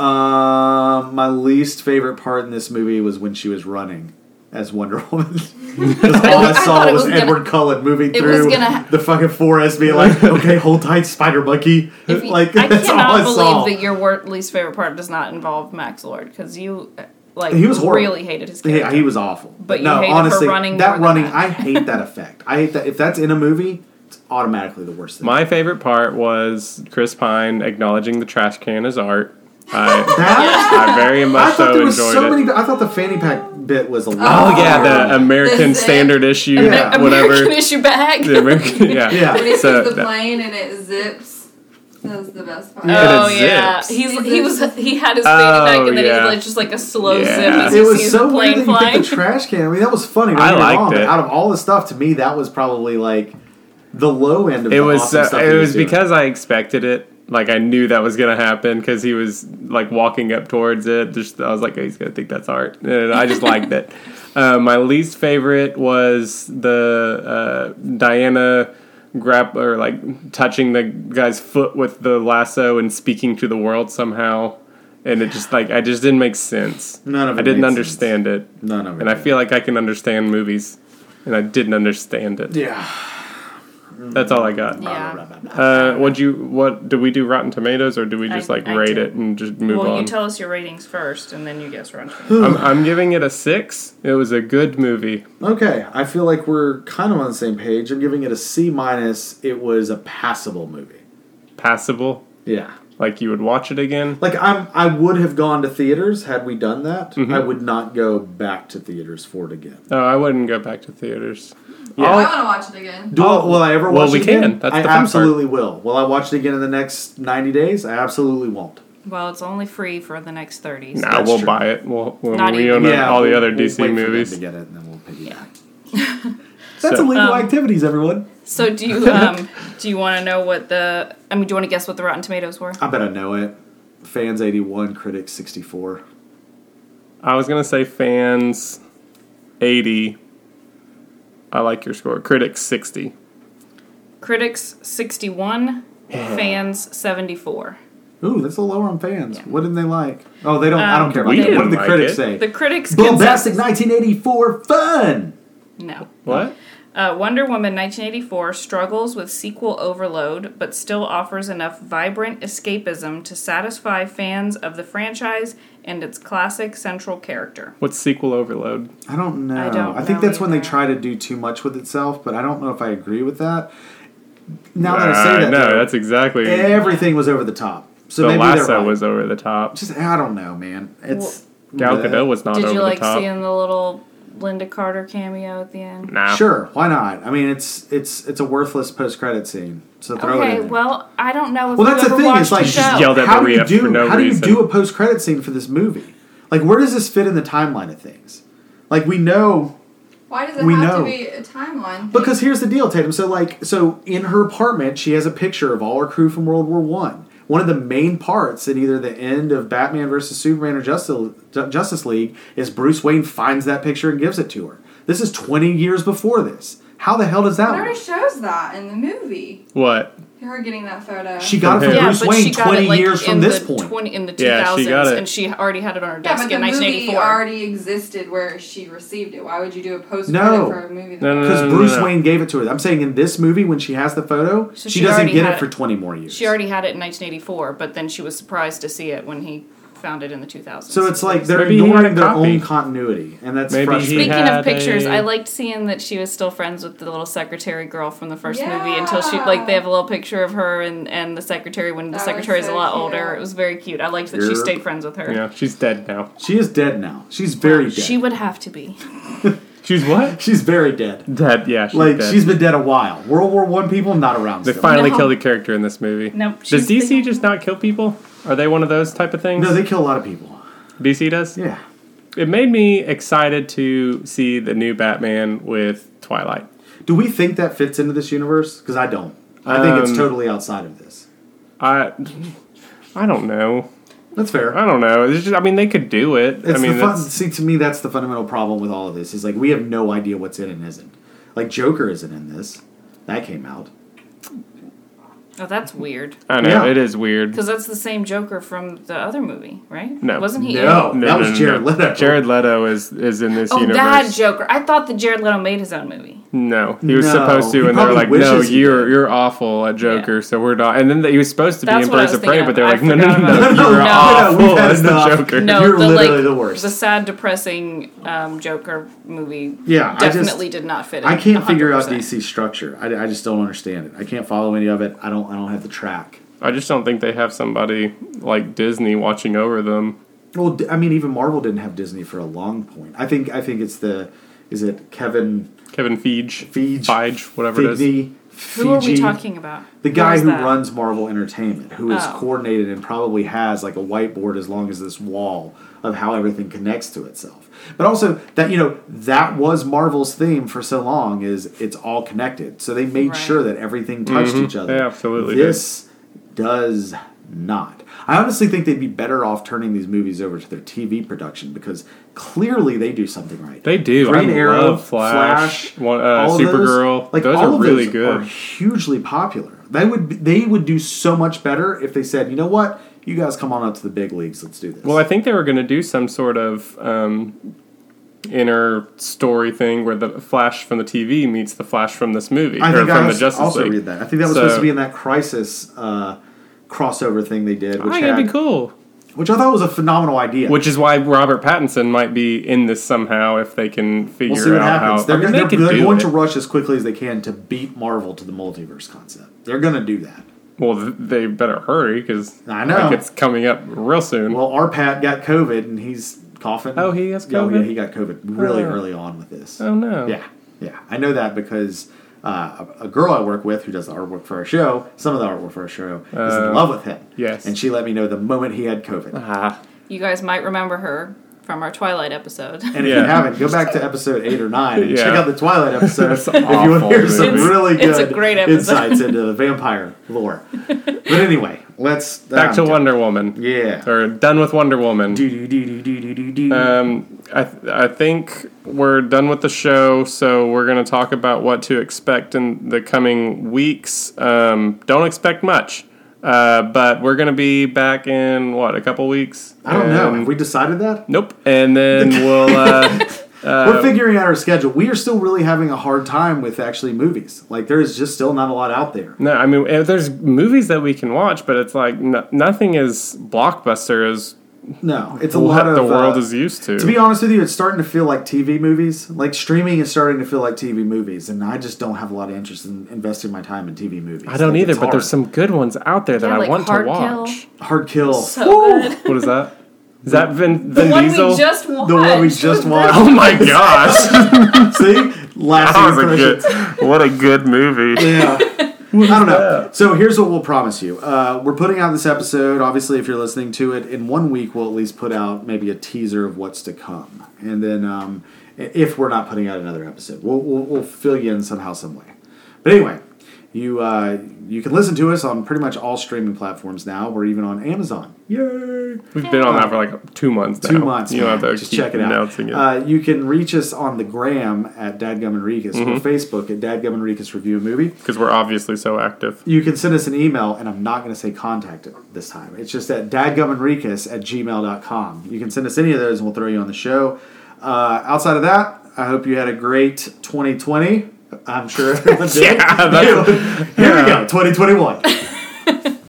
Speaker 2: Um, my least favorite part in this movie was when she was running as Wonder Woman. 'Cause all I,
Speaker 4: I thought
Speaker 2: saw
Speaker 4: it
Speaker 2: was,
Speaker 4: was gonna-
Speaker 2: Edward Cullen moving
Speaker 4: it was
Speaker 2: through
Speaker 4: gonna-
Speaker 2: the fucking forest, being like, "Okay, hold tight, Spider Monkey."
Speaker 4: If you-
Speaker 2: Like
Speaker 4: I
Speaker 2: that's all
Speaker 4: cannot
Speaker 2: I
Speaker 4: believe
Speaker 2: saw.
Speaker 4: that your wor- least favorite part does not involve Max Lord because you uh, like
Speaker 2: He was horrible.
Speaker 4: really hated his character.
Speaker 2: Yeah, he was awful.
Speaker 4: But you hated her running more
Speaker 2: that
Speaker 4: than
Speaker 2: running,
Speaker 4: that.
Speaker 2: I hate that effect. I hate that. If that's in a movie, it's automatically the worst thing.
Speaker 3: My favorite part was Chris Pine acknowledging the trash can as art. I,
Speaker 2: that,
Speaker 3: I very
Speaker 2: I
Speaker 3: much
Speaker 2: thought
Speaker 3: so
Speaker 2: there
Speaker 3: enjoyed
Speaker 2: was so
Speaker 3: it.
Speaker 2: many. I thought the fanny pack bit was a lot.
Speaker 3: oh yeah, the American
Speaker 5: This is it.
Speaker 3: standard issue,
Speaker 2: Yeah.
Speaker 3: whatever.
Speaker 4: American issue bag.
Speaker 3: the American, yeah,
Speaker 2: Yeah.
Speaker 5: When he
Speaker 3: So,
Speaker 5: sees the
Speaker 3: that-
Speaker 5: plane and it zips, that was the best part.
Speaker 3: Yeah.
Speaker 4: Oh
Speaker 3: And it
Speaker 4: yeah,
Speaker 3: zips.
Speaker 4: he's he was he had his fanny back
Speaker 3: Oh,
Speaker 4: and then he
Speaker 3: yeah.
Speaker 4: was like just like a slow
Speaker 3: Yeah.
Speaker 4: zip as he
Speaker 2: It was
Speaker 4: sees
Speaker 2: so
Speaker 4: the
Speaker 2: weird
Speaker 4: plane
Speaker 2: that you
Speaker 4: flying.
Speaker 2: picked the trash can. I mean, that was funny. don't
Speaker 3: I
Speaker 2: get me
Speaker 3: liked
Speaker 2: wrong, but
Speaker 3: it.
Speaker 2: Out of all the stuff, to me, that was probably like the low end of
Speaker 3: it
Speaker 2: the
Speaker 3: was
Speaker 2: awesome
Speaker 3: so-
Speaker 2: stuff.
Speaker 3: it
Speaker 2: he
Speaker 3: was
Speaker 2: doing.
Speaker 3: because I expected it. Like I knew that was gonna happen because he was like walking up towards it. Just I was like, oh, he's gonna think that's art, and I just liked it. Uh, my least favorite was the uh, Diana grab or like touching the guy's foot with the lasso and speaking to the world somehow, and it just like I just didn't make sense.
Speaker 2: None of it
Speaker 3: I didn't
Speaker 2: made
Speaker 3: understand it.
Speaker 2: none of it.
Speaker 3: and I feel like I can understand movies, and I didn't understand it.
Speaker 2: yeah.
Speaker 3: That's all I got.
Speaker 4: yeah.
Speaker 3: Uh, would you what do we do Rotten Tomatoes or do we just
Speaker 4: I-
Speaker 3: like
Speaker 4: I
Speaker 3: rate
Speaker 4: do.
Speaker 3: it and just move
Speaker 4: Well,
Speaker 3: on?
Speaker 4: you tell us your ratings first, and then you guess Rotten Tomatoes.
Speaker 3: I'm, I'm giving it a six. It was a good movie.
Speaker 2: Okay, I feel like we're kind of on the same page. I'm giving it a C minus. It was a passable movie.
Speaker 3: Passable.
Speaker 2: Yeah.
Speaker 3: Like you would watch it again.
Speaker 2: Like I'm, I would have gone to theaters had we done that.
Speaker 3: Mm-hmm.
Speaker 2: I would not go back to theaters for it again.
Speaker 3: No, Uh, I wouldn't go back to theaters.
Speaker 5: Oh, I
Speaker 3: I'll-
Speaker 5: want to watch it again.
Speaker 2: Do I, will I ever
Speaker 3: Oh. Well,
Speaker 2: watch
Speaker 3: we
Speaker 2: it again?
Speaker 3: can. That's
Speaker 2: I
Speaker 3: the fun part.
Speaker 2: absolutely will. Will I watch it again in the next 90 days? I absolutely won't.
Speaker 4: well, it's only free for the next thirty. so-
Speaker 3: nah,
Speaker 2: That's
Speaker 3: we'll
Speaker 2: true.
Speaker 3: buy it. We'll, we'll
Speaker 4: Not
Speaker 3: we
Speaker 4: even.
Speaker 3: own all the
Speaker 2: we'll-
Speaker 3: other
Speaker 2: we'll
Speaker 3: DC
Speaker 2: wait for them
Speaker 3: movies.
Speaker 2: to get it, and then we'll piggyback.
Speaker 4: Yeah.
Speaker 2: That's
Speaker 3: So-
Speaker 2: illegal
Speaker 4: Um,
Speaker 2: activities, everyone.
Speaker 4: So do you um do you want to know what the I mean do you want to guess what the Rotten Tomatoes were?
Speaker 2: I bet I know it. Fans 81, critics 64.
Speaker 3: I was gonna say fans eighty. I like your score. Critics sixty.
Speaker 4: Critics sixty one, fans seventy four.
Speaker 2: Ooh, that's a little lower on fans. What didn't they like? Oh, they don't. I don't care about
Speaker 3: Um, we
Speaker 2: that. What did
Speaker 3: didn't
Speaker 2: the
Speaker 3: like
Speaker 2: critics
Speaker 3: it.
Speaker 2: say?
Speaker 4: The critics
Speaker 2: Bombastic
Speaker 4: consensus-
Speaker 2: 1984 fun.
Speaker 4: No.
Speaker 3: What?
Speaker 4: Uh, Wonder Woman 1984 struggles with sequel overload, but still offers enough vibrant escapism to satisfy fans of the franchise and its classic central character.
Speaker 3: What's sequel overload?
Speaker 2: I don't know. I,
Speaker 4: I don't
Speaker 2: think
Speaker 4: know
Speaker 2: that's when they
Speaker 4: either.
Speaker 2: try to do too much with itself, but I don't know if I agree with that. Now that I say
Speaker 3: Uh,
Speaker 2: that,
Speaker 3: no,
Speaker 2: though,
Speaker 3: that's exactly
Speaker 2: everything was over the top. So
Speaker 3: the
Speaker 2: maybe
Speaker 3: lasso
Speaker 2: they're right.
Speaker 3: was over the top.
Speaker 2: Just I don't know, man. It's
Speaker 3: Gal Gadot was not
Speaker 4: Did
Speaker 3: over
Speaker 4: you
Speaker 3: the
Speaker 4: like
Speaker 3: top.
Speaker 4: seeing the little Linda Carter cameo at the end?
Speaker 3: Nah.
Speaker 2: Sure, why not? I mean, it's it's it's a worthless post credit scene. So throw it
Speaker 4: Okay,
Speaker 2: in there.
Speaker 4: well, I don't know if
Speaker 2: Well,
Speaker 4: you
Speaker 2: that's the
Speaker 4: ever
Speaker 2: thing.
Speaker 4: watched
Speaker 2: It's like
Speaker 4: the
Speaker 2: she
Speaker 4: show.
Speaker 2: just
Speaker 3: yelled at
Speaker 2: how do
Speaker 3: Maria
Speaker 2: you do
Speaker 3: for no
Speaker 2: how
Speaker 3: reason.
Speaker 2: do you do a post credit scene for this movie? Like, where does this fit in the timeline of things? Like, we know
Speaker 5: Why does it
Speaker 2: We
Speaker 5: have
Speaker 2: know.
Speaker 5: to be a timeline?
Speaker 2: because here's the deal, Tatum. So, like, so in her apartment, she has a picture of all her crew from World War One. One of the main parts in either the end of Batman versus Superman or Justice Justice League is Bruce Wayne finds that picture and gives it to her. This is 20 years before this. How the hell does that
Speaker 5: it
Speaker 2: work?
Speaker 5: already shows that in the movie.
Speaker 3: What?
Speaker 5: Her getting that photo.
Speaker 2: She got it
Speaker 3: From
Speaker 2: from
Speaker 3: him.
Speaker 4: yeah,
Speaker 2: Bruce
Speaker 4: but she
Speaker 2: Wayne
Speaker 4: got
Speaker 2: 20
Speaker 4: it like
Speaker 2: years
Speaker 4: in
Speaker 2: from this
Speaker 4: the
Speaker 2: point.
Speaker 4: 20 in the 2000s,
Speaker 3: Yeah, she got it.
Speaker 4: and she already had it on her
Speaker 5: yeah,
Speaker 4: desk
Speaker 5: but the
Speaker 4: in
Speaker 5: movie
Speaker 4: 1984.
Speaker 5: already existed where she received it. Why would you do a post credit
Speaker 2: No.
Speaker 5: for a movie?
Speaker 3: No, no,
Speaker 2: Because
Speaker 3: no, no,
Speaker 2: Bruce
Speaker 3: no.
Speaker 2: Wayne gave it to her. I'm saying in this movie, when she has the photo,
Speaker 4: So
Speaker 2: she,
Speaker 4: she
Speaker 2: doesn't
Speaker 4: already
Speaker 2: get
Speaker 4: had
Speaker 2: it
Speaker 4: it.
Speaker 2: for 20 more years.
Speaker 4: She already had it in 1984, but then she was surprised to see it when he found it in the 2000s.
Speaker 2: so it's like they're
Speaker 3: Maybe he had
Speaker 2: ignoring
Speaker 3: a
Speaker 2: their
Speaker 3: copy.
Speaker 2: own continuity, and that's
Speaker 3: Maybe he-
Speaker 2: frustrating.
Speaker 4: Speaking
Speaker 3: had
Speaker 4: of pictures,
Speaker 3: a-
Speaker 4: I liked seeing that she was still friends with the little secretary girl from the first movie
Speaker 5: Yeah.
Speaker 4: until she like they have a little picture of her and, and the secretary when the
Speaker 5: That was
Speaker 4: secretary is a
Speaker 5: so
Speaker 4: lot
Speaker 5: cute.
Speaker 4: older. It was very cute. I liked that she
Speaker 2: Yerp.
Speaker 4: stayed friends with her.
Speaker 3: Yeah, she's dead now.
Speaker 2: She is dead now. She's very dead.
Speaker 4: She would have to be.
Speaker 3: She's what?
Speaker 2: she's very dead.
Speaker 3: Dead. Yeah, she's
Speaker 2: Like
Speaker 3: dead.
Speaker 2: she's been dead a while. World War One people not around.
Speaker 3: they
Speaker 2: Still.
Speaker 3: finally
Speaker 4: No.
Speaker 3: killed a character in this movie.
Speaker 4: Nope,
Speaker 3: Does
Speaker 4: she's
Speaker 3: DC
Speaker 4: the-
Speaker 3: just not kill people? Are they one of those type of things?
Speaker 2: no, they kill a lot of people.
Speaker 3: DC does.
Speaker 2: Yeah,
Speaker 3: It made me excited to see the new Batman with Twilight.
Speaker 2: do we think that fits into this universe? Because I don't. I think it's
Speaker 3: Um,
Speaker 2: totally outside of this.
Speaker 3: I, I don't know.
Speaker 2: That's fair.
Speaker 3: I don't know. It's just, I mean, they could do it.
Speaker 2: It's
Speaker 3: I mean,
Speaker 2: the fun,
Speaker 3: that's-
Speaker 2: see to me that's the fundamental problem with all of this is like we have no idea what's in and isn't. Like Joker isn't in this. That came out.
Speaker 4: Oh, that's weird.
Speaker 3: I know
Speaker 2: Yeah.
Speaker 3: it is weird.
Speaker 4: Because that's the same Joker from the other movie, right?
Speaker 3: No.
Speaker 4: Wasn't he?
Speaker 2: No.
Speaker 4: in-
Speaker 2: That was Jared Leto.
Speaker 3: Jared Leto is is in this
Speaker 4: Oh,
Speaker 3: universe.
Speaker 4: that Joker. I thought that Jared Leto made his own movie.
Speaker 3: No, he was
Speaker 2: No.
Speaker 3: supposed
Speaker 2: He
Speaker 3: to, and they were
Speaker 2: probably
Speaker 3: like, "No,
Speaker 2: wishes he
Speaker 3: you're
Speaker 2: did.
Speaker 3: you're awful at Joker, so we're not." And then he was supposed to be
Speaker 4: That's
Speaker 3: in
Speaker 4: what I
Speaker 3: Birds
Speaker 4: was
Speaker 3: of Prey,
Speaker 4: thinking
Speaker 3: but they're
Speaker 4: of.
Speaker 3: like,
Speaker 4: I
Speaker 3: "No, no, no,
Speaker 4: forgot about that.
Speaker 3: you're
Speaker 4: No.
Speaker 2: No,
Speaker 3: awful
Speaker 2: we've had
Speaker 3: as Oh, the
Speaker 2: enough.
Speaker 3: Joker."
Speaker 4: No,
Speaker 2: You're
Speaker 4: the
Speaker 2: literally
Speaker 4: like
Speaker 2: the worst.
Speaker 4: the sad, depressing um, Joker movie.
Speaker 2: Yeah, I just-
Speaker 4: definitely did not fit. In,
Speaker 2: I can't figure out
Speaker 4: 100%.
Speaker 2: DC's structure. I, I just don't understand it. I can't follow any of it. I don't. I don't have the track.
Speaker 3: I just don't think they have somebody like Disney watching over them.
Speaker 2: Well, D- I mean, even Marvel didn't have Disney for a long point. I think. I think it's the. Is it Kevin
Speaker 3: Kevin Feige,
Speaker 2: Feige?
Speaker 3: Feige, whatever it is.
Speaker 2: Figney,
Speaker 4: Who are we
Speaker 2: Fiji?
Speaker 4: talking about?
Speaker 2: The guy
Speaker 4: is
Speaker 2: who
Speaker 4: that?
Speaker 2: runs Marvel Entertainment, who is
Speaker 4: Oh.
Speaker 2: coordinated and probably has like a whiteboard as long as this wall of how everything connects to itself. But also that you know that was Marvel's theme for so long is it's all connected. So they made
Speaker 4: Right.
Speaker 2: sure that everything touched each other.
Speaker 3: They absolutely
Speaker 2: This does not. I honestly think they'd be better off turning these movies over to their TV production because clearly they do something right.
Speaker 3: They do.
Speaker 2: Green
Speaker 3: I
Speaker 2: Arrow,
Speaker 3: love Flash, one- uh,
Speaker 2: all of those,
Speaker 3: Supergirl.
Speaker 2: like
Speaker 3: Those
Speaker 2: all
Speaker 3: are
Speaker 2: of
Speaker 3: really
Speaker 2: those
Speaker 3: good.
Speaker 2: Are hugely popular. They would be, they would do so much better if they said, you know what, you guys come on up to the big leagues. Let's do this.
Speaker 3: Well, I think they were going to do some sort of um, inner story thing where the Flash from the TV meets the Flash from this movie
Speaker 2: I
Speaker 3: or
Speaker 2: think
Speaker 3: from
Speaker 2: I
Speaker 3: the Justice
Speaker 2: also
Speaker 3: League.
Speaker 2: read that. I think that was
Speaker 3: So-
Speaker 2: supposed to be in that crisis uh, crossover thing they did,
Speaker 3: I
Speaker 2: which
Speaker 3: think that'd Oh,
Speaker 2: had,
Speaker 3: be cool.
Speaker 2: which I thought was a phenomenal idea.
Speaker 3: Which is why Robert Pattinson might be in this somehow if they can figure
Speaker 2: we'll see what
Speaker 3: out
Speaker 2: happens.
Speaker 3: how.
Speaker 2: They're,
Speaker 3: I mean,
Speaker 2: gonna-
Speaker 3: they
Speaker 2: they're,
Speaker 3: could
Speaker 2: they're
Speaker 3: do
Speaker 2: going
Speaker 3: it.
Speaker 2: to rush as quickly as they can to beat Marvel to the multiverse concept. They're going to do that.
Speaker 3: well, th- they better hurry because
Speaker 2: I know.
Speaker 3: it's coming up real soon.
Speaker 2: Well, our Pat got COVID and he's coughing.
Speaker 3: Oh, he has
Speaker 2: Yeah, Oh, yeah,
Speaker 3: COVID?
Speaker 2: he got COVID really
Speaker 3: Oh.
Speaker 2: early on with this.
Speaker 3: oh no!
Speaker 2: Yeah, yeah. I know that because uh, a a girl I work with who does the artwork for our show, some of the artwork for our show, is
Speaker 3: Oh.
Speaker 2: in love with him.
Speaker 3: Yes.
Speaker 2: And she let me know the moment he had COVID.
Speaker 3: Ah,
Speaker 4: You guys might remember her from our Twilight episode.
Speaker 2: And if
Speaker 3: Yeah.
Speaker 2: you haven't, go back to episode eight or nine and
Speaker 3: Yeah.
Speaker 2: check out the Twilight episode if you want
Speaker 3: awful,
Speaker 2: to hear some
Speaker 3: dude.
Speaker 2: really
Speaker 4: It's- it's
Speaker 2: good
Speaker 4: a great episode.
Speaker 2: insights into the vampire lore. but anyway, let's
Speaker 3: back to
Speaker 2: um,
Speaker 3: Wonder Woman.
Speaker 2: Yeah.
Speaker 3: or done with Wonder Woman.
Speaker 2: Do, do, do, do, do, do, do.
Speaker 3: Um, I, th- I think we're done with the show, so we're going to talk about what to expect in the coming weeks. Um, don't expect much, uh, but we're going to be back in what a couple weeks.
Speaker 2: I don't know.
Speaker 3: And-
Speaker 2: Have we decided that?
Speaker 3: nope. And then we'll. Uh,
Speaker 2: We're figuring out our schedule. We are still really having a hard time with actually movies. Like there is just still not a lot out there.
Speaker 3: no, I mean, eh, there's movies that we can watch, but it's like no, nothing is blockbuster as
Speaker 2: No, it's a
Speaker 3: what
Speaker 2: lot of
Speaker 3: the world
Speaker 2: uh,
Speaker 3: is used to.
Speaker 2: To be honest with you, it's starting to feel like TV movies. Like streaming is starting to feel like TV movies, and I just don't have a lot of interest in investing my time in TV movies.
Speaker 3: I don't
Speaker 2: Like,
Speaker 3: either,
Speaker 2: it's
Speaker 3: but there's
Speaker 2: hard.
Speaker 3: some good ones out there that
Speaker 4: Yeah,
Speaker 3: I
Speaker 4: like
Speaker 3: want to
Speaker 4: Hard
Speaker 3: watch.
Speaker 2: hard kill.
Speaker 4: So good.
Speaker 3: What is that? Is that Vin, Vin
Speaker 4: The one
Speaker 3: Diesel?
Speaker 4: we just watched.
Speaker 2: the one we just watched.
Speaker 3: Oh my gosh!
Speaker 2: See, last
Speaker 3: that was a
Speaker 2: impressions.
Speaker 3: good. What a good movie.
Speaker 2: Yeah. I don't know. So here's what we'll promise you. Uh, we're putting out this episode. Obviously, if you're listening to it, in one week we'll at least put out maybe a teaser of what's to come, and then um, i- if we're not putting out another episode, we'll, we'll, we'll fill you in somehow, some way. But anyway, you uh, you can listen to us on pretty much all streaming platforms now. We're even on Amazon. Yay!
Speaker 3: We've been on that for like two months now.
Speaker 2: two months.
Speaker 3: You don't
Speaker 2: man.
Speaker 3: have to
Speaker 2: Just
Speaker 3: keep
Speaker 2: check it out.
Speaker 3: announcing it.
Speaker 2: Uh, you can reach us on the gram at Dadgum Enriquez or
Speaker 3: Mm-hmm.
Speaker 2: Facebook at Dadgum Enriquez Review a Movie.
Speaker 3: because we're obviously so active.
Speaker 2: You can send us an email, and I'm not going to say contact it this time. It's just at dadgumenriquez at gmail.com. You can send us any of those, and we'll throw you on the show. Uh, outside of that, I hope you had a great 2020. I'm sure everyone did.
Speaker 3: Yeah, that's-
Speaker 2: Here we go, 2021.